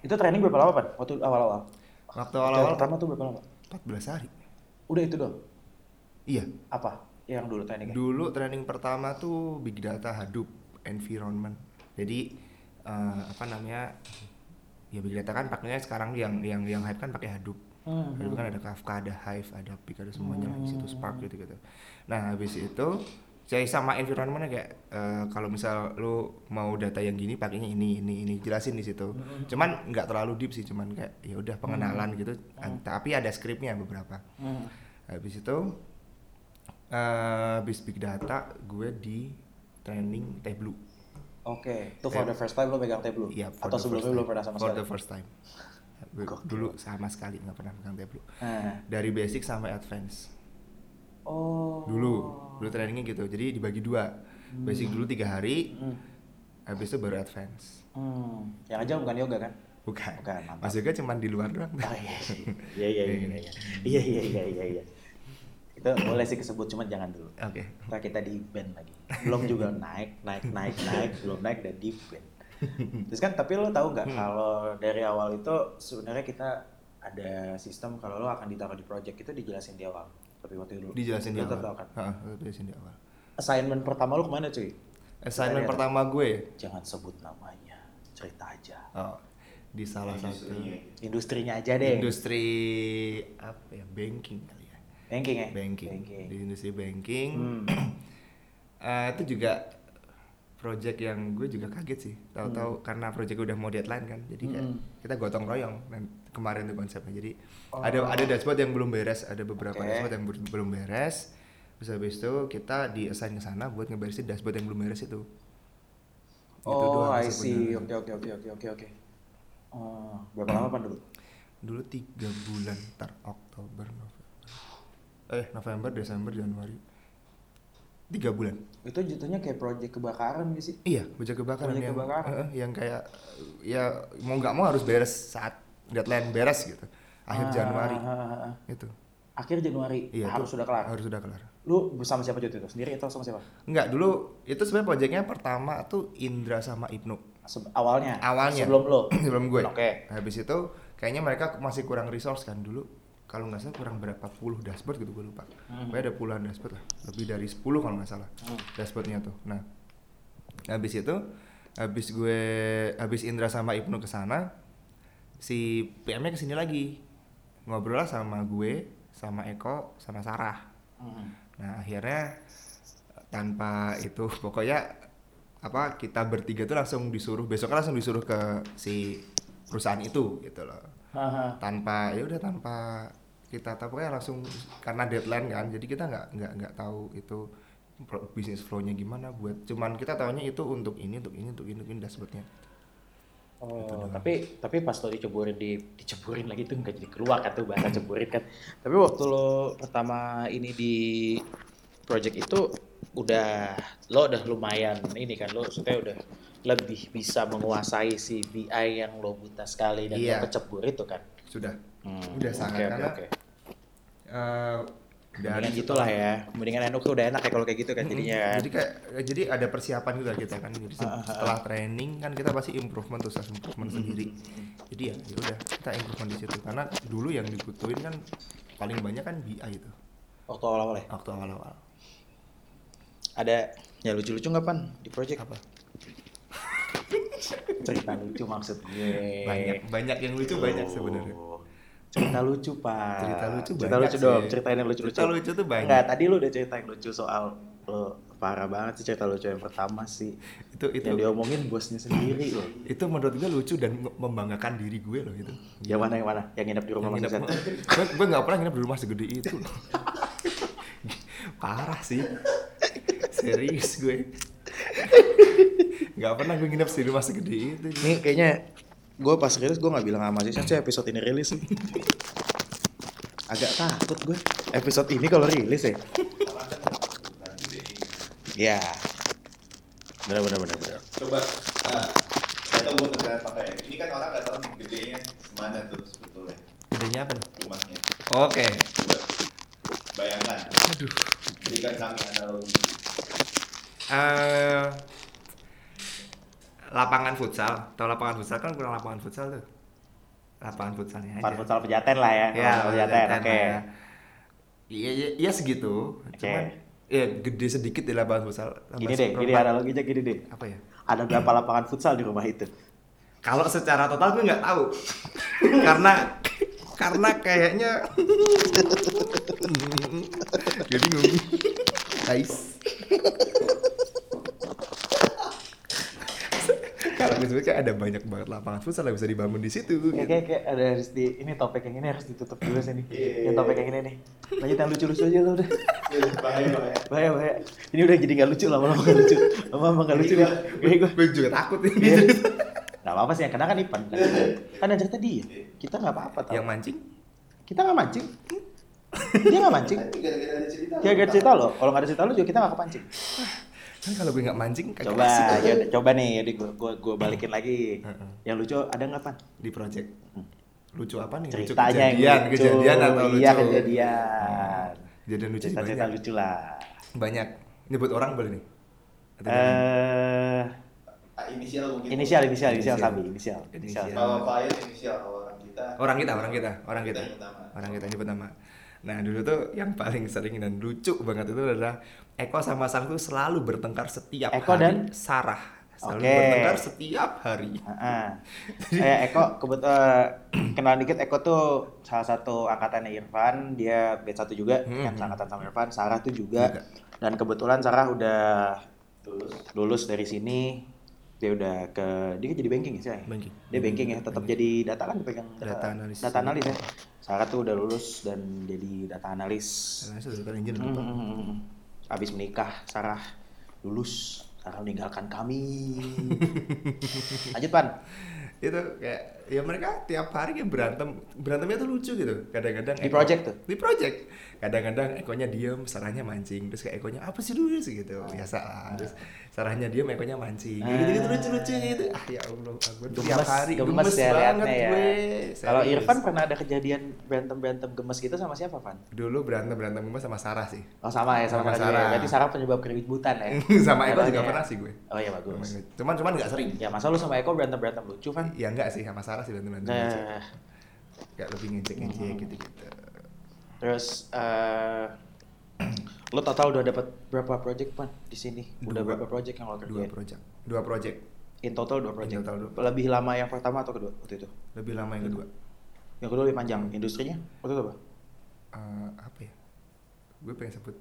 itu training berapa lama, Pan? Waktu awal-awal.
Waktu
Yang
awal-awal
pertama tuh berapa lama?
14 hari.
Udah itu doang.
Iya.
Apa? Yang dulu training.
Dulu training pertama tuh big data Hadoop environment. Jadi eh, apa namanya? Ya big data kan pakainya sekarang yang yang yang hype kan pakai Hadoop.
Hmm,
Hadoop kan ada Kafka, ada Hive, ada Pig, ada semuanya lah di situ Spark gitu-gitu. Nah, habis itu saya sama environmentnya kayak eh, kalau misal lu mau data yang gini pakainya ini ini ini jelasin di
Hmm,
situ. Cuman nggak terlalu deep sih, cuman kayak ya udah pengenalan gitu. Tapi ada skripnya beberapa.
Hmm.
Habis itu eh habis big data gue di training Tableau.
Oke, itu for the first time lo megang Tableau?
Eh. Iya, for
Atau
the
sebelumnya
first
belum
time.
pernah sama
For
sekali?
the first time. Gue
Gokil.
dulu sama sekali nggak pernah pegang Tableau.
Nah.
Dari basic sampai advance.
Oh.
Dulu, dulu trainingnya gitu. Jadi dibagi dua. Basic dulu tiga hari,
Hmm.
habis itu baru advance.
Hmm. Yang aja bukan yoga kan?
Bukan.
Bukan, mantap.
Mas Yoga cuman di luar doang.
Oh, iya, iya, iya, iya, iya, iya, iya, iya, iya, iya. Itu boleh sih kesebut, cuman jangan dulu.
Oke.
Ntar kita di band lagi. Belum juga naik, naik, naik, naik, belum naik dan di band. Terus kan tapi lo tahu nggak kalau dari awal itu sebenarnya kita ada sistem kalau lo akan ditaruh di project itu dijelasin di awal. Tapi waktu dulu.
Dijelasin di
Lo tetap
awal.
tahu kan?
Heeh, dijelasin di awal.
Assignment pertama lo kemana cuy?
Assignment
Kita lihat.
pertama gue
Jangan sebut namanya, cerita aja.
oh, di salah satu
Industrinya aja deh.
industri apa ya banking kali ya
banking ya.
banking, di industri banking
Hmm.
[clears throat] Eh, itu juga project yang gue juga kaget sih tahu-tahu karena project udah mau deadline kan jadi kayak
Hmm.
kita gotong royong dan kemarin tuh konsepnya jadi ada ada dashboard yang belum beres ada
Oh.
beberapa
Oke.
dashboard yang ber- belum beres terus habis itu kita di assign ke sana buat ngeberesin dashboard yang belum beres itu Itu
oh,
doang
I
sih
see.
sebenarnya.
Oke, oke, oke, oke, oke, oke. Oh, berapa lama pan dulu?
Dulu tiga bulan, ntar Oktober, November. Eh, November, Desember, Januari. Tiga bulan.
Itu jatuhnya kayak proyek kebakaran gitu sih.
Iya, bocah kebakaran
Bocah
yang
kebakaran.
eh, eh, yang kayak eh, ya mau nggak mau harus beres saat deadline beres gitu. Akhir
Ah,
Januari
ah, ah, ah.
itu.
Akhir Januari Ah,
Iya,
harus
itu
sudah kelar.
Harus sudah kelar.
Lu bersama siapa Jut itu? Sendiri atau sama siapa?
Enggak, dulu itu sebenarnya proyeknya pertama tuh Indra sama Ibnu. [clears throat]
Se- awalnya.
Awalnya.
Sebelum lo.
Sebelum gue.
Oke.
Habis itu kayaknya mereka masih kurang resource kan dulu. Kalau nggak salah kurang berapa puluh dashboard gitu gue lupa. Pokoknya ada puluhan dashboard lah. Lebih dari 10 kalau nggak salah
Hmm.
dashboardnya tuh. Nah, habis itu habis gue habis Indra sama Ibnu ke sana si PM-nya ke sini lagi. Ngobrol lah sama gue, sama Eko, sama Sarah.
Hmm.
Nah akhirnya tanpa itu [laughs] pokoknya apa kita bertiga tuh langsung disuruh besok langsung disuruh ke si perusahaan itu gitu loh
Haha.
tanpa ya udah tanpa kita tahu pokoknya langsung karena deadline kan jadi kita nggak nggak nggak tahu itu pro- bisnis flow-nya gimana buat cuman kita tahunya itu untuk ini untuk ini untuk ini untuk ini dashboardnya Gitu
Oh, tapi tapi pas lo diceburin di diceburin lagi tuh nggak jadi keluar kan tuh
Hmm.
bahasa ceburin kan. Tapi waktu lo pertama ini di project itu udah lo udah lumayan ini kan lo maksudnya udah lebih bisa menguasai si BI yang lo buta sekali dan lo
Iya.
kecebur itu kan.
sudah
Hmm,
udah sangat
oke, oke,
karena
oke.
eh, dari
Mendingan gitulah ya. Mendingan enak tuh udah enak ya kalau kayak gitu kan jadinya kan.
Hmm. Jadi kayak jadi ada persiapan juga kita kan. Jadi se-
Ah, ah, ah.
setelah training kan kita pasti improvement tuh self improvement sendiri. Jadi ya ya udah kita improvement di situ karena dulu yang dibutuhin kan paling banyak kan BI itu
Waktu awal-awal ya.
waktu awal-awal.
Ada ya lucu-lucu nggak pan di project?
Apa?
Cerita lucu maksud gue.
Banyak banyak yang lucu banyak sebenarnya.
Oh. Cerita lucu, Pak.
Cerita lucu
Cerita
banyak
lucu dong,
sih.
ceritain yang lucu-lucu.
Cerita lucu tuh banyak.
Enggak, tadi lu udah cerita yang lucu soal lo parah banget sih cerita lucu yang pertama sih.
Itu itu
Yang diomongin bosnya sendiri loh.
itu menurut gue lucu dan nge- membanggakan diri gue loh itu.
Yang mana yang mana? Yang nginep di rumah Mas Isan.
gue, gue gak pernah nginep di rumah segede itu loh. [laughs] Parah sih. Serius gue. gak pernah gue nginep di rumah segede itu.
Nih kayaknya gue pas rilis gue nggak bilang sama Mas Isan sih episode ini rilis sih. Agak takut gue episode ini kalau rilis ya. Ya. Benar benar benar benar.
coba nah, saya tahu negara pakai ini kan orang nggak tahu gedenya mana tuh sebetulnya
Gedenya apa nih?
rumahnya
Oke.
coba bayangkan
Aduh.
berikan kami analogi
Eh, lapangan futsal. Tau lapangan futsal kan kurang lapangan futsal tuh. Lapangan futsalnya aja.
Pan futsal Iya. pejaten lah ya.
Ya,
Futsal pejaten.
Pejaten,
Oke.
ya. Iya, iya, iya segitu. Cuman ya gede sedikit di lapangan futsal.
Gini deh, gini ya.
Seperempat-
analoginya gini deh.
apa ya?
Ada berapa lapangan futsal di rumah itu?
Kalau secara total gue nggak tahu, [laughs] karena karena kayaknya [laughs] gue bingung. Guys, [laughs] kalau gue sebut kayak ada banyak banget lapangan futsal yang bisa dibangun di situ.
Kayak,
Gitu.
kayak, kayak ada harus di ini topik yang ini harus ditutup dulu sih nih.
Iya.
Yang topik yang ini nih. Lanjut yang lucu-lucu aja lo udah.
Eh, bahaya bahaya
Bahaya bahaya. Ini udah jadi nggak lucu lama-lama nggak lucu. Lama-lama nggak lucu nih. Ini gue.
Gue juga takut ini.
Iya. Nggak apa-apa sih, yang kena kan Ipan. Kan, kan yang cerita dia. Kita nggak apa-apa tau.
[laughs] Yang mancing?
Kita nggak mancing. Dia nggak mancing.
tapi gara-gara ada cerita
Dia gak ada cerita lo. Kalau nggak ada cerita lo juga kita nggak kepancing.
Kan kalau gue nggak mancing, kagak
Coba,
asik.
ya udah, coba nih. Jadi gue gue gue balikin lagi.
Heeh.
Yang lucu ada nggak Pan?
di project lucu apa nih lucu
ceritanya
kejadian
yang lucu.
kejadian atau
iya,
lucu
kejadian
kejadian lucu sih
cerita cerita
banyak
lucu lah
banyak nyebut orang boleh nih Atau jangan?
eh
Ah, inisial mungkin
inisial inisial inisial
Inisial.
sabi inisial inisial
Inisial.
kalau klien inisial kalau orang kita
orang kita orang kita orang kita
Kita yang utama.
orang kita nyebut nama nah dulu tuh yang paling sering dan lucu banget itu adalah Eko sama Sang tuh selalu bertengkar setiap
Eko dan?
hari Sarah selalu
Oke.
bertengkar setiap hari
Heeh. Ah, Eh, Eko kebet eh, kenalan dikit Eko tuh salah satu angkatannya Irfan dia B1 juga
Hmm.
yang angkatan sama Irfan Sarah tuh juga dan kebetulan Sarah udah
lulus
lulus dari sini dia udah ke dia jadi banking ya sih Ay?
Banking.
dia banking ya tetap jadi data kan pegang
Data analis.
data analis ya Sarah tuh udah lulus dan jadi data analis
Nah, Karena saya sudah kan engineer.
Hmm, hmm, hmm, hmm. habis menikah Sarah lulus Jangan meninggalkan
[laughs]
kami. Lanjut, Pan.
itu kayak ya mereka tiap hari kayak berantem berantemnya tuh lucu gitu kadang-kadang
Di project tuh?
di project kadang-kadang ekonya diem sarahnya mancing terus kayak ekonya apa sih dulu sih gitu biasa lah terus sarahnya diem ekonya mancing gitu gitu lucu-lucu kayak gitu ah ya allah aku tiap
Gemes,
hari
gemes,
gemes
ya
banget
liatnya ya.
gue
Kalau
Serius.
Irfan pernah ada kejadian berantem-berantem gemes gitu sama siapa, Pan?
dulu berantem berantem gue sama sarah sih
Oh, sama ya, sama,
Sama
Sarah.
Sarah.
Berarti Sarah penyebab keributan ya?
[laughs] sama Eko
Katanya
juga
ya.
pernah sih gue
Oh iya, bagus.
cuman cuman nggak sering
Ya, masa lu sama Eko berantem-berantem lucu, Pan?
ya enggak sih sama Sarah sih berantem berantem lucu.
Nah, Hmm.
kayak lebih ngecek ngecek gitu gitu
terus... eh [clears throat] lo total udah dapat berapa project, Pan, di sini? Udah
Dua.
berapa project yang lo
dua
kerjain?
project dua project
In total dua project?
total dua.
Lebih lama yang pertama atau kedua waktu itu?
lebih lama
Hmm.
yang kedua
Yang kedua lebih panjang. Industrinya waktu itu apa?
Eh, apa ya gue pengen sebut [laughs]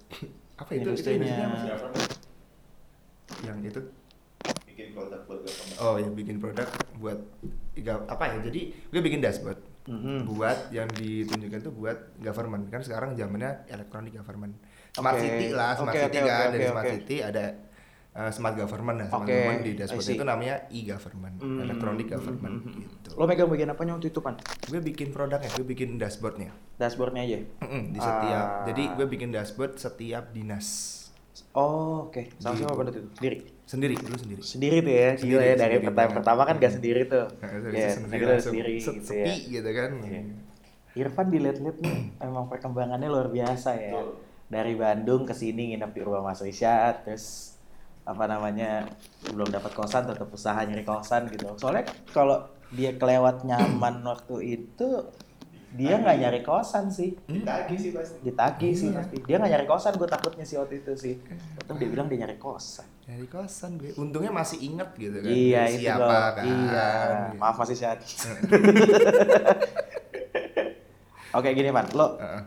apa itu itu
Industrinya.
industrinya apa sih?
Siapa nih?
yang itu
bikin produk buat government.
oh yang bikin produk buat ga- apa ya jadi gue bikin dashboard
Mhm.
buat yang ditunjukkan tuh buat government kan sekarang zamannya electronic government smart
Oke.
city lah smart
Oke,
city
oke,
kan
oke,
dari
oke,
smart
oke.
city ada eh, smart government nah smart
Oke,
government di
I
dashboard
see.
itu namanya e government
Mm,
electronic
mm,
government
mm, mm, mm.
gitu
Lo megang bagian apanya waktu itu, Pan?
gue bikin produknya gue bikin dashboardnya
Dashboardnya aja?
Mm-mm, di setiap
Ah.
jadi gue bikin dashboard setiap dinas
Oh, oke. Sama siapa
Di-
waktu itu? Sendiri?
sendiri dulu sendiri
Sendiri tuh ya,
Sendiri,
gila ya. Dari
sendiri
pertama,
banget.
pertama kan gak sendiri
[laughs]
tuh.
Nah,
Iya,
terus itu
sendiri tuh
langsung
sendiri
set-
gitu ya.
sepi gitu kan
Iya. Irfan dilihat-lihat nih, emang perkembangannya luar biasa ya.
Betul.
Dari Bandung ke sini nginep di rumah Mas Risyad, terus apa namanya belum dapat kosan tetap usaha nyari kosan gitu. Soalnya kalau dia kelewat nyaman [clears throat] waktu itu dia nggak nyari kosan sih
Ditagih sih pasti.
ditagih sih
Iya.
pasti dia nggak nyari kosan gue takutnya sih waktu itu sih Untung dia bilang dia nyari kosan
dari kosan gue untungnya masih inget gitu kan
iya itu
siapa
loh.
kan
iya
Gitu.
maaf masih sehat [laughs] oke gini man lo
Heeh.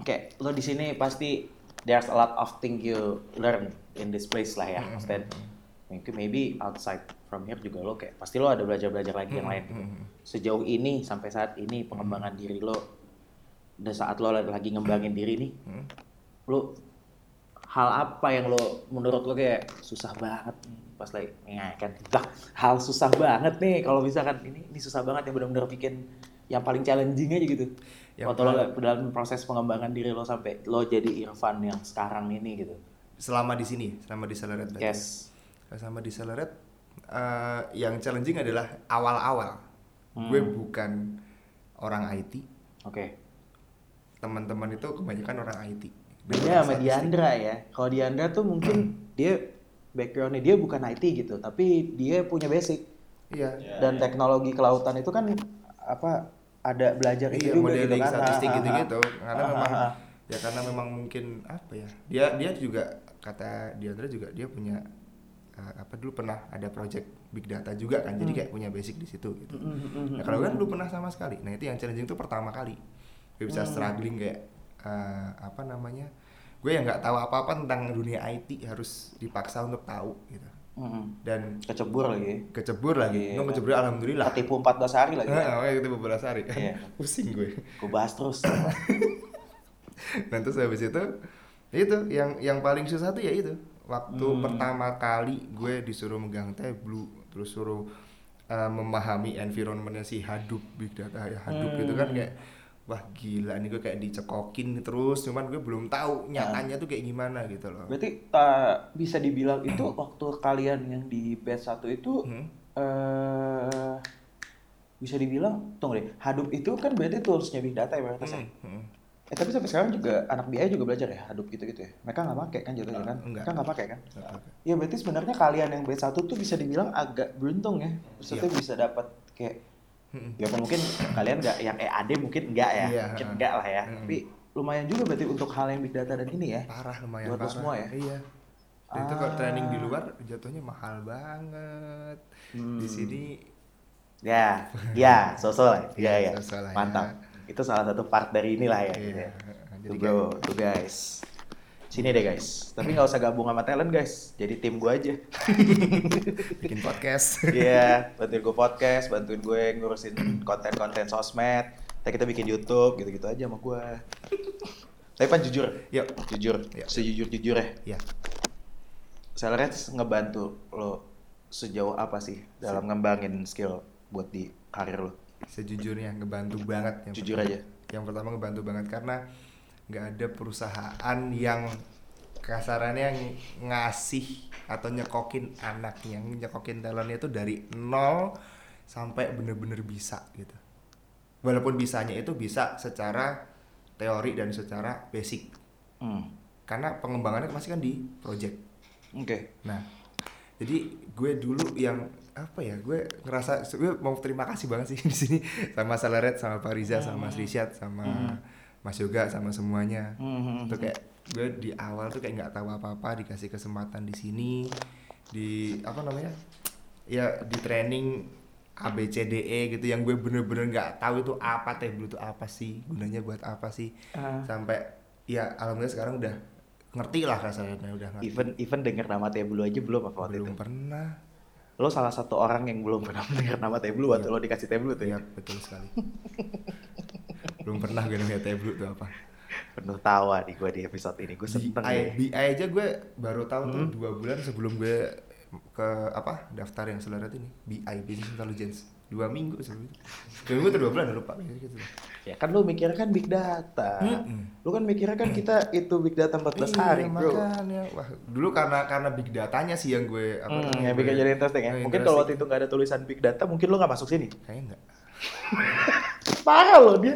oke lo di sini pasti there's a lot of thing you learn in this place lah ya Maksudnya, mungkin maybe outside from here juga lo kayak pasti lo ada belajar belajar lagi
Mm-hmm.
yang
Hmm,
lain gitu. sejauh ini sampai saat ini pengembangan diri lo dan saat lo lagi ngembangin diri nih
Hmm.
lo hal apa yang lo menurut lo kayak susah banget nih pas lagi ya kan Lah, hal susah banget nih kalau misalkan ini ini susah banget yang benar-benar bikin yang paling challenging aja gitu
Yang
waktu lo dalam proses pengembangan diri lo sampai lo jadi Irfan yang sekarang ini gitu
selama di sini selama di Selaret berarti.
yes
sama di Selaret eh, yang challenging adalah awal-awal
Hmm.
gue bukan orang IT
oke
teman-teman itu kebanyakan orang IT
beda Iya, sama
Statistik.
Diandra ya kalau Diandra tuh mungkin dia backgroundnya dia bukan IT gitu tapi dia punya basic
iya
Ya,
dan
ya.
teknologi kelautan itu kan apa ada belajar itu
iya
juga
modeling
gitu kan.
statistik
Ah, ah,
gitu gitu
Ah,
karena
ah,
memang
ah.
ya karena memang mungkin apa ya dia dia juga kata Diandra juga dia punya eh, apa dulu pernah ada project big data juga kan jadi
Hmm.
kayak punya basic di situ gitu
Mm, mm, mm,
nah, kalau gue kan belum pernah sama sekali nah itu yang challenging itu pertama kali gue
Hmm.
bisa struggling kayak eh, apa namanya gue yang nggak tahu apa apa tentang dunia IT harus dipaksa untuk tahu gitu
mm, mm.
dan
kecebur lagi
kecebur
Iya.
lagi Untung kecebur alhamdulillah
ketipu 14 hari
[laughs]
lagi
Nah, kita beberapa hari
Iya.
[laughs] pusing gue
gue bahas terus
Nah terus habis itu itu yang yang paling susah tuh ya itu waktu
Hmm.
pertama kali gue disuruh megang tableau terus suruh eh, memahami environmentnya si Hadoop big data ya Hadoop gitu
Hmm.
kan kayak wah gila nih gue kayak dicekokin terus cuman gue belum
Hmm.
tahu nyatanya tuh kayak gimana gitu loh
berarti eh, bisa dibilang
[clears throat]
itu waktu kalian yang di batch satu itu
Hmm.
eh bisa dibilang tunggu deh Hadoop itu kan berarti toolsnya big data ya berarti
Hmm, hmm.
Eh tapi sampai sekarang juga anak BI juga belajar ya Hadoop gitu-gitu ya. Mereka nggak pakai kan jatuhnya kan?
Enggak.
Mereka nggak pakai kan?
Nggak pakai.
Ya berarti sebenarnya kalian yang B1 tuh bisa dibilang agak beruntung ya. Maksudnya
Iya.
bisa dapat kayak ya mungkin kalian nggak yang EAD mungkin enggak ya.
Hmm. Iya,
Mungkin
heeh.
enggak lah ya. Tapi lumayan juga berarti untuk hal yang big data dan ini ya.
parah lumayan
Buat lo
parah
semua ya?
iya Dan itu kalau
Ah.
training di luar jatuhnya mahal banget
Hmm.
di sini
Ya, ya, sosok
[laughs]
lah. Ya, ya.
sosok lah ya.
Mantap. Itu salah satu part dari inilah ya. gitu
Iya,
ya.
jadi
Tuh bro, tuh guys. Sini deh guys. Tapi nggak usah gabung sama talent guys. Jadi tim gue aja.
bikin podcast [laughs]
Iya, bantuin gue podcast, bantuin gue ngurusin konten-konten sosmed. Ntar kita bikin YouTube, gitu-gitu aja sama gue. Tapi pan jujur,
yuk
jujur,
Iya.
sejujur jujur ya.
ya
Sellerets ngebantu lo sejauh apa sih dalam ngembangin skill buat di karir lo?
sejujurnya ngebantu banget yang
Jujur
pertama.
aja.
yang pertama ngebantu banget karena nggak ada perusahaan yang kasarannya ng- ngasih atau nyekokin anaknya nyekokin talentnya itu dari nol sampai bener-bener bisa gitu walaupun bisanya itu bisa secara teori dan secara basic
Hmm.
karena pengembangannya pasti kan di project
Oke.
Nah, jadi gue dulu yang apa ya? Gue ngerasa gue mau terima kasih banget sih [laughs] di sini sama Salaret, sama Pak Riza, sama Mas Rishad, sama Mas Yoga, sama semuanya.
Mhm.
Itu kayak gue di awal tuh kayak nggak tahu apa-apa dikasih kesempatan di sini di apa namanya? Ya di training ABCDE gitu yang gue bener-bener nggak tahu itu apa teh blue itu apa sih gunanya buat apa sih
Ah.
sampai ya alhamdulillah sekarang udah ngerti lah kasarnya udah ngerti
Even even denger nama Teblu aja belum apa waktu
belum
itu?
pernah
Lo salah satu orang yang belum pernah [laughs] denger nama Teblu waktu
Iya.
lo dikasih Teblu tuh ya?
Iya, betul sekali. Belum pernah gue ngeliat Teblu tuh apa.
Penuh tawa nih gue di episode ini, gue Hmm.
Di
seneng ya.
I-
nih.
di I aja gue baru tahu tuh dua bulan sebelum gue ke apa daftar yang selera ini BI Business Intelligence dua minggu sebelum itu dua minggu atau dua bulan lupa gitu
Ya kan lo mikirnya kan big data.
Mm-mm. Mm.
Lo kan mikirnya kan kita itu big data 14
Iya,
hari bro.
makanya. wah dulu karena karena big datanya sih yang gue apa
Hmm,
namanya,
yang bikin
gue-
jadi interesting ya.
yang
Mungkin kalau waktu
interesting.
itu nggak ada tulisan big data, mungkin lo nggak masuk sini.
kayaknya enggak
Parah lo dia.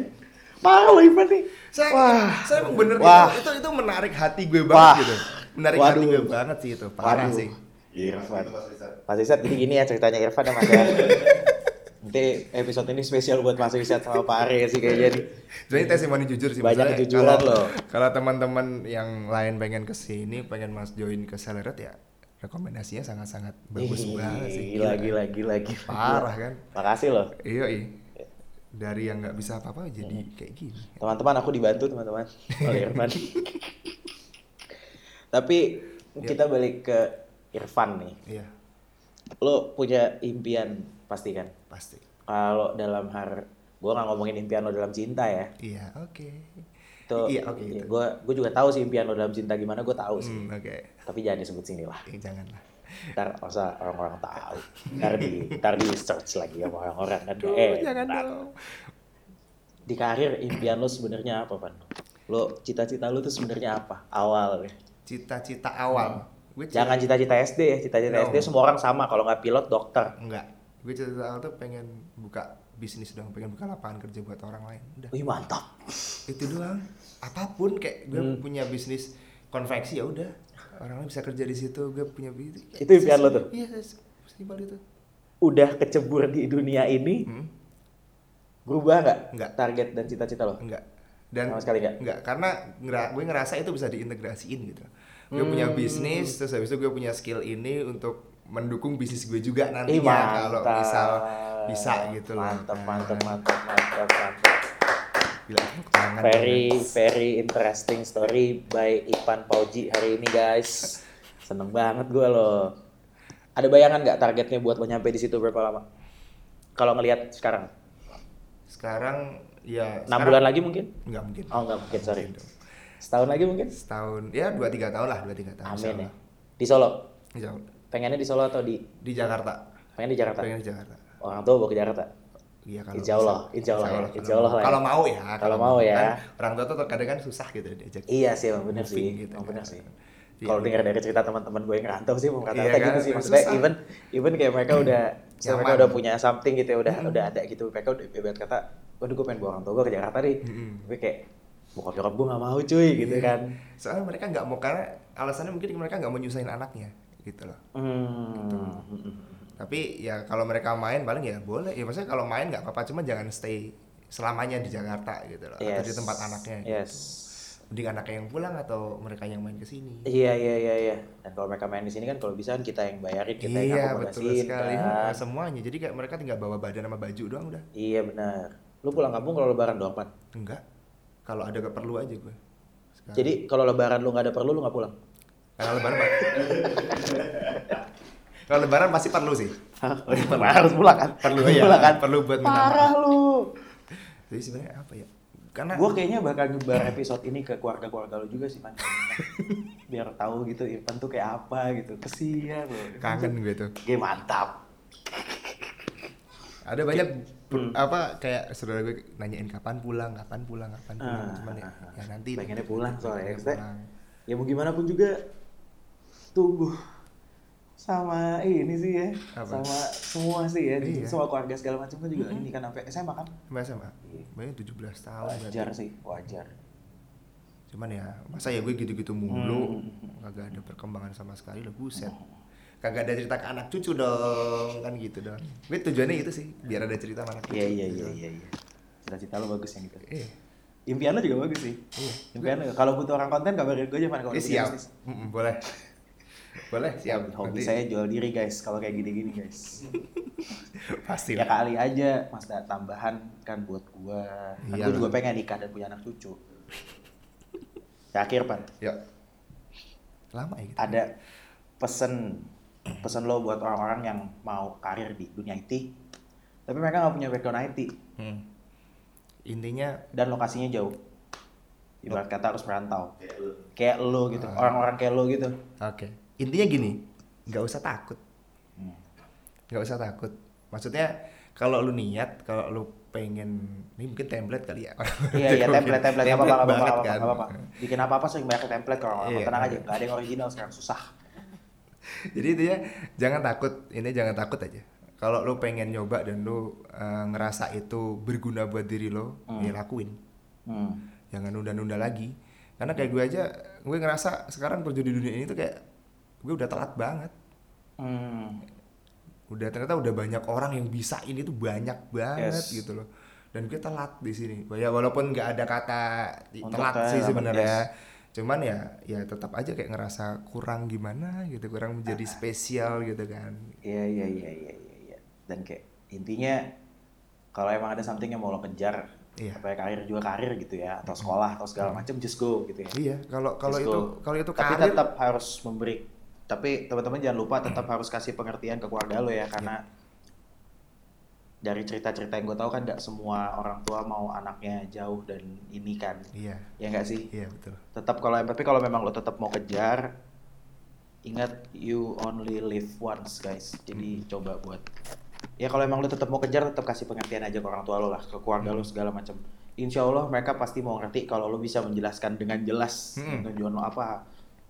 Parah lo Ivan nih.
saya
Wah.
saya emang bener gitu.
Wah.
Itu, itu itu menarik hati gue banget
Wah.
gitu menarik hati
Waduh.
gue banget sih itu parah
Waduh.
sih
Iya,
Irfan.
itu pas riset.
Mas Isyad, jadi gini ya ceritanya Irfan sama
[laughs]
saya. Nanti episode ini spesial buat Mas Isyad sama Pak Are sih kayaknya nih.
Jadi testimoni jujur sih.
Iya. Banyak
maksudnya
kejujuran loh.
kalau- Kalau teman-teman yang lain pengen ke sini, pengen mas join ke Seleret ya, rekomendasinya sangat-sangat bagus
Ih,
banget sih.
Gila,
kan?
gila, gila, gila.
Parah kan?
Makasih loh.
Iya, iya. Dari yang nggak bisa apa-apa jadi
Iya.
kayak gini.
Teman-teman, aku dibantu teman-teman oleh
[laughs]
Irfan. Tapi
Ya.
kita balik ke Irfan nih.
Iya,
Lo punya impian pasti kan?
pasti.
Kalau dalam hal, gue nggak ngomongin impian lo dalam cinta ya.
Iya, oke.
Itu,
Iya, oke. itu.
Gue gue juga tahu sih impian lo dalam cinta gimana, gue tahu sih.
Hmm, oke.
Tapi jangan disebut sini lah.
Eh, janganlah.
Ntar masa orang-orang tahu. Ntar di, ntar di search lagi sama orang-orang. Kan
Duh,
nggak enak.
Eh, jangan dong.
Di karir impian lo sebenarnya apa, Pan? Lo cita-cita lo tuh sebenarnya apa? Awal.
Cita-cita awal. Gue cita-
Jangan cita-cita SD ya. Cita-cita
No.
SD semua orang sama. Kalau nggak pilot, dokter.
Enggak. Gue cita-cita awal tuh pengen buka bisnis dong, pengen buka lapangan kerja buat orang lain. Udah.
Wih mantap.
itu doang apapun kayak gue
Hmm.
punya bisnis konveksi ya udah orang lain bisa kerja di situ gue punya bisnis
Itu impian lo tuh?
iya ses- sesimpel itu
Udah kecebur di dunia ini,
Hmm.
berubah nggak?
Nggak.
Target dan cita-cita lo?
enggak dan
Sama sekali enggak?
karena ngera- gue ngerasa itu bisa diintegrasiin gitu gue punya
Hmm.
bisnis terus habis itu gue punya skill ini untuk mendukung bisnis gue juga
Ih,
nantinya kalau
mantap.
misal bisa gitu loh
Mantap,
Nah,
mantap, mantap, mantap, mantap.
gila tepuk tangan
Very very interesting story by Ipan Pauji hari ini guys. Seneng banget gue loh. Ada bayangan nggak targetnya buat lo nyampe di situ berapa lama? Kalau ngelihat sekarang,
sekarang ya
enam bulan lagi mungkin?
nggak mungkin
Oh nggak mungkin sorry.
Mungkin dong.
Setahun lagi mungkin?
setahun ya dua tiga tahun lah dua tiga tahun
Amin ya.
insyaallah.
Di Solo,
Insyaallah.
pengennya di Solo atau di
di Jakarta
pengen di Jakarta?
pengen di Jakarta
Orang tua bawa ke Jakarta.
Iya kalau
Insya Allah,
bisa.
insya Allah ya,
kalau
insya Allah
mau.
lah ya.
Kalau mau ya,
Kalau mau ya.
Kan orang tua tuh kadang kan susah gitu diajak.
Iya sih, emang bener
Moving
sih,
gitu
emang
kan.
bener sih.
Iya.
Kalau dengar dari cerita teman-teman gue yang ngerantau sih, mau kata-kata
Iya kan,
gitu sih. Maksudnya
susah.
even even kayak mereka udah, ya mereka
Nyaman.
udah punya something gitu ya, udah udah ada gitu. Mereka udah ibarat kata, waduh gue pengen bawa orang tua gue ke Jakarta nih.
Mm-mm.
Tapi kayak bokap nyokap gue gak mau cuy gitu
Iya.
kan.
Soalnya mereka nggak mau karena alasannya mungkin mereka nggak mau nyusahin anaknya gitu loh. Gitu.
Hmm.
Tapi ya kalau mereka main paling ya boleh. Ya maksudnya kalau main nggak apa-apa, cuma jangan stay selamanya di Jakarta gitu loh atau di
Yes.
tempat anaknya. gitu.
Yes.
Mending anaknya yang pulang atau mereka yang main ke sini.
Iya iya iya iya. Dan kalau mereka main di sini kan kalau bisa kan kita yang bayarin, kita yang
Iya betul
akomodasiin
sekali
kan.
semuanya. Jadi kayak mereka tinggal bawa badan sama baju doang udah.
Iya benar. Lu pulang kampung kalau lebaran doang, Pan.
Enggak. Kalau ada gak perlu aja gue. Sekarang.
Jadi kalau lebaran lu nggak ada perlu lu nggak pulang.
Kalau lebaran Pak. Kalau lebaran pasti perlu sih.
Hah? [laughs] harus pulang kan?
Perlu ya.
Pulang kan?
Perlu buat minta
Parah
maaf.
lu.
Jadi sebenarnya apa ya? karena
Gue Nah, kayaknya bakal nyebar episode ini ke keluarga-keluarga lo juga sih, Pan. Biar tahu gitu Irfan tuh kayak apa gitu. Kesian lo.
kangen gue tuh
Game mantap.
ada banyak
Hmm.
per- apa kayak saudara gue nanyain kapan pulang kapan pulang kapan pulang
Ah,
cuman ya,
ah, ah.
ya nanti
Pengennya pulang soalnya,
Pengennya
maksudnya.
pulang.
Ya mau gimana pun juga tunggu sama ini sih ya,
Apa?
sama semua sih ya,
Iya.
semua keluarga segala macam kan juga ini kan sampai SMA kan
masa mak banyak 17 tahun berarti.
wajar sih wajar.
cuman ya masa ya gue gitu-gitu mulu
Hmm.
kagak ada perkembangan sama sekali lah buset kagak ada cerita ke anak cucu dong kan gitu dong gue tujuannya itu sih biar ada cerita sama anak cucu
Iya iya iya
gitu dong.
iya. iya. Cita-cita lo bagus yang gitu.
iya
Impian lo juga bagus sih.
Iya.
Impian lo. Kalau butuh orang konten kabarin gue aja Van kalau
Ini
bikin
siap
bisnis.
Mm-mm, boleh [laughs] boleh siap
Hobi
Nanti
saya jual diri guys kalau kayak gini-gini guys.
pasti
Ya
lah
kali aja Mas da, tambahan kan buat gua. Kan gua
Iyalah.
juga pengen nikah dan punya anak cucu. Terakhir Pan,
yuk lama ya gitu.
ada pesen pesen lo buat orang-orang yang mau karir di dunia IT tapi mereka nggak punya background IT
Hmm. intinya
dan lokasinya jauh. Ibarat kata harus merantau.
Kayak lu.
Kayak lo gitu,
Ah.
orang-orang kayak lo gitu.
Oke. Intinya gini, nggak usah takut. Nggak usah takut. Maksudnya kalau lu niat, kalau lu pengen ini mungkin template kali ya. [laughs]
Iya iya template template nggak apa-apa nggak apa-apa
banget
nggak
kan.
apa-apa. Bikin apa apa sering banyak template kalau orang
Iya.
tenang aja nggak ada yang original sekarang susah.
Jadi intinya jangan takut, ini jangan takut aja. Kalau lu pengen nyoba dan lu eh, ngerasa itu berguna buat diri lo, ya lakuin.
Hmm.
Jangan nunda-nunda lagi. Karena kayak gue aja, gue ngerasa sekarang kerja di dunia ini tuh kayak gue udah telat banget.
Hmm.
udah ternyata udah banyak orang yang bisa ini tuh banyak banget
Yes.
gitu loh dan gue telat di sini ya walaupun nggak ada kata di-
Untuk
telat
kayak
sih
lama,
sebenarnya cuman ya ya tetap aja kayak ngerasa kurang gimana gitu kurang
Ah.
menjadi spesial gitu kan
Iya iya iya iya iya. iya. Dan kayak intinya kalau emang ada something yang mau lo kejar,
Iya.
apa ya, karir juga karir gitu ya, atau sekolah atau segala macam, just go gitu ya.
iya kalau kalau
Just
itu
go.
kalau itu
tapi
karir
tetap harus memberi. Tapi teman-teman jangan lupa tetap harus kasih pengertian ke keluarga lo ya,
Iya.
karena dari cerita-cerita yang gue tahu kan nggak semua orang tua mau anaknya jauh dan ini kan,
iya
ya nggak sih?
iya betul
tetap kalau tapi kalau memang lo tetap mau kejar ingat you only live once guys jadi coba buat ya kalau emang lo tetap mau kejar tetap kasih pengertian aja ke orang tua lo lah ke keluarga lo segala macam insya Allah mereka pasti mau ngerti kalau lo bisa menjelaskan dengan jelas
Mm.
tujuan lo apa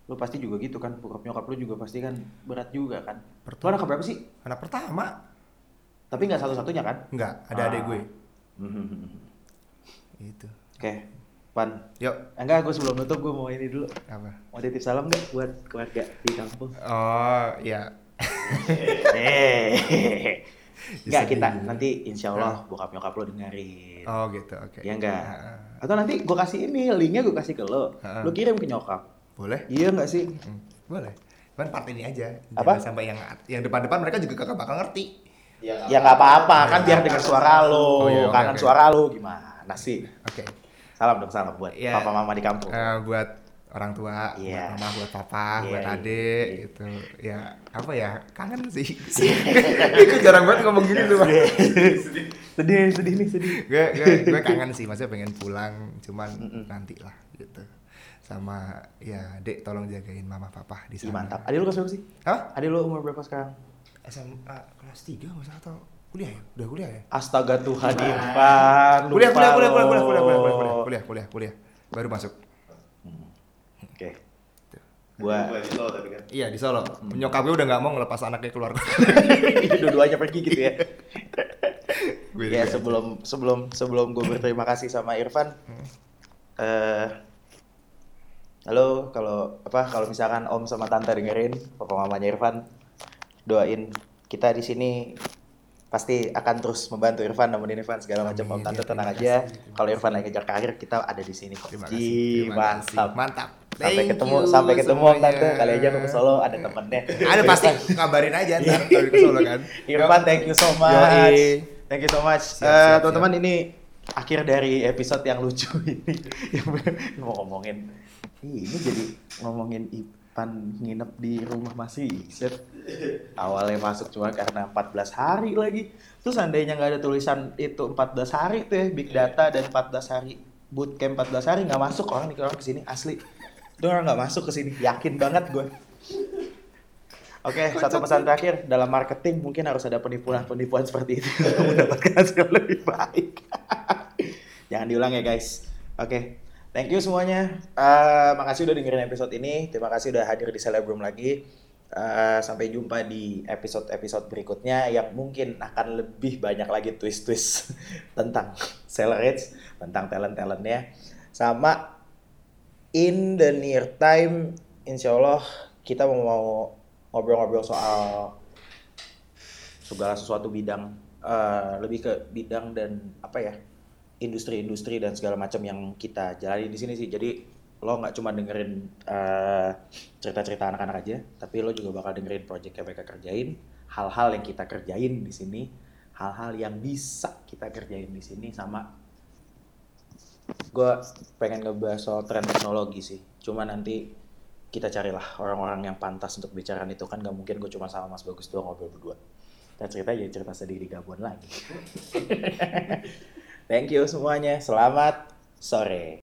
lo pasti juga gitu kan bokap nyokap lo juga pasti kan berat juga kan lo
Pertama.
anak berapa sih
anak pertama
tapi nggak satu satunya kan
nggak ada
Ah.
adik gue
oke
itu
pan
yuk
enggak gue sebelum nutup gue mau ini dulu
apa
mau titip salam nggak buat keluarga di
[laughs]
kampung
oh ya
Hehehe. Enggak
Sedih
kita
gitu.
nanti insya Allah bokap nyokap lo dengerin.
Nah. oh gitu oke
Ya enggak.
Ah,
Atau nanti gue kasih ini linknya gue kasih ke lo.
Heeh.
Lo kirim ke nyokap.
boleh
Iya enggak sih?
Hmm, boleh. Cuman part ini aja. Jangan
Apa?
sampai yang yang depan-depan mereka juga kagak bakal ngerti.
Ya nggak apa-apa kan biar dengar suara lo,
Oh, iya, oke,
kangen
oke.
suara lo gimana sih?
Oke.
Salam dong salam buat
Iya.
papa mama di kampung.
Eh, buat orang tua,
Iya.
buat mama, buat papa,
Iya,
buat
iya,
adik
iya.
gitu. Ya, apa ya? Kangen sih. [laughs] Gue jarang banget ngomong gini tuh. Bang.
[laughs] sedih sedih nih sedih.
Gue gue- gue kangen sih, maksudnya pengen pulang, cuman nanti lah gitu. Sama ya, Dek tolong jagain mama papa di
Ih,
sana.
mantap. Adik lo kelas berapa sih?
Hah?
Adik lo umur berapa sekarang?
SMA kelas 3 enggak salah atau kuliah ya? Udah kuliah ya?
Astaga Tuhan Irfan.
kuliah
lupa
kuliah kuliah
lo.
kuliah kuliah kuliah kuliah kuliah kuliah kuliah kuliah baru masuk
Oke.
Gua
Gua
di lo tapi kan.
iya di Solo
Hmm.
nyokap gue udah nggak mau ngelepas anaknya
[laughs]
keluar
dua-duanya pergi gitu
[laughs]
ya.
Gue
ya
juga.
sebelum sebelum sebelum gue berterima kasih sama Irfan. eh halo kalau apa kalau misalkan Om sama Tante dengerin papa mamanya Irfan doain kita di sini pasti akan terus membantu Irfan nemenin Irfan segala macam Om
Amin,
Tante
ya,
tenang
terima
aja
kasih, terima
kalau Irfan lagi ngejar karir kita ada di sini kok.
terima kasih
Ji,
terima kasih.
mantap.
mantap
Sampai
Thank
ketemu
you
sampai ketemu Om
semuanya.
Tante kali aja aku ke Solo Iya. ada temennya.
[laughs] ada pasti kabarin
[laughs]
aja ntar kalau ke Solo kan
Irfan, thank you so much.
Yoi.
Thank you so much.
Siap,
Eh,
siap,
Teman-teman ini akhir dari episode yang lucu [laughs] ini. Yang mau ngomongin Ih, ini jadi ngomongin Ipan nginep di rumah masih set. Awalnya masuk cuma karena 14 hari
Iya.
lagi. Terus seandainya nggak ada tulisan itu 14 hari tuh ya, big data dan 14 hari bootcamp 14 hari nggak masuk orang nih orang kesini asli itu orang nggak masuk kesini yakin banget gue Oke, satu pesan terakhir dalam marketing mungkin harus ada penipuan-penipuan seperti itu [laughs] untuk mendapatkan hasil lebih baik. [laughs] Jangan diulang ya guys. Oke, thank you semuanya. Eh, makasih udah dengerin episode ini. Terima kasih udah hadir di Celebrum lagi. Eh, sampai jumpa di episode-episode berikutnya yang mungkin akan lebih banyak lagi twist-twist [laughs] tentang seller rates, tentang talent-talentnya. Sama in the near time, insya Allah kita mau- mau ngobrol-ngobrol soal segala sesuatu bidang, eh, lebih ke bidang dan apa ya, industri-industri dan segala macam yang kita jalani di sini sih. Jadi lo nggak cuma dengerin eh, cerita-cerita anak-anak aja, tapi lo juga bakal dengerin project yang mereka kerjain, hal-hal yang kita kerjain di sini, hal-hal yang bisa kita kerjain di sini sama gue pengen ngebahas soal tren teknologi sih. Cuma nanti kita carilah orang-orang yang pantas untuk bicaraan itu kan gak mungkin gue cuma sama Mas Bagus doang ngobrol berdua. Dan cerita jadi cerita sedih di Gabon lagi. Thank you semuanya. Selamat sore.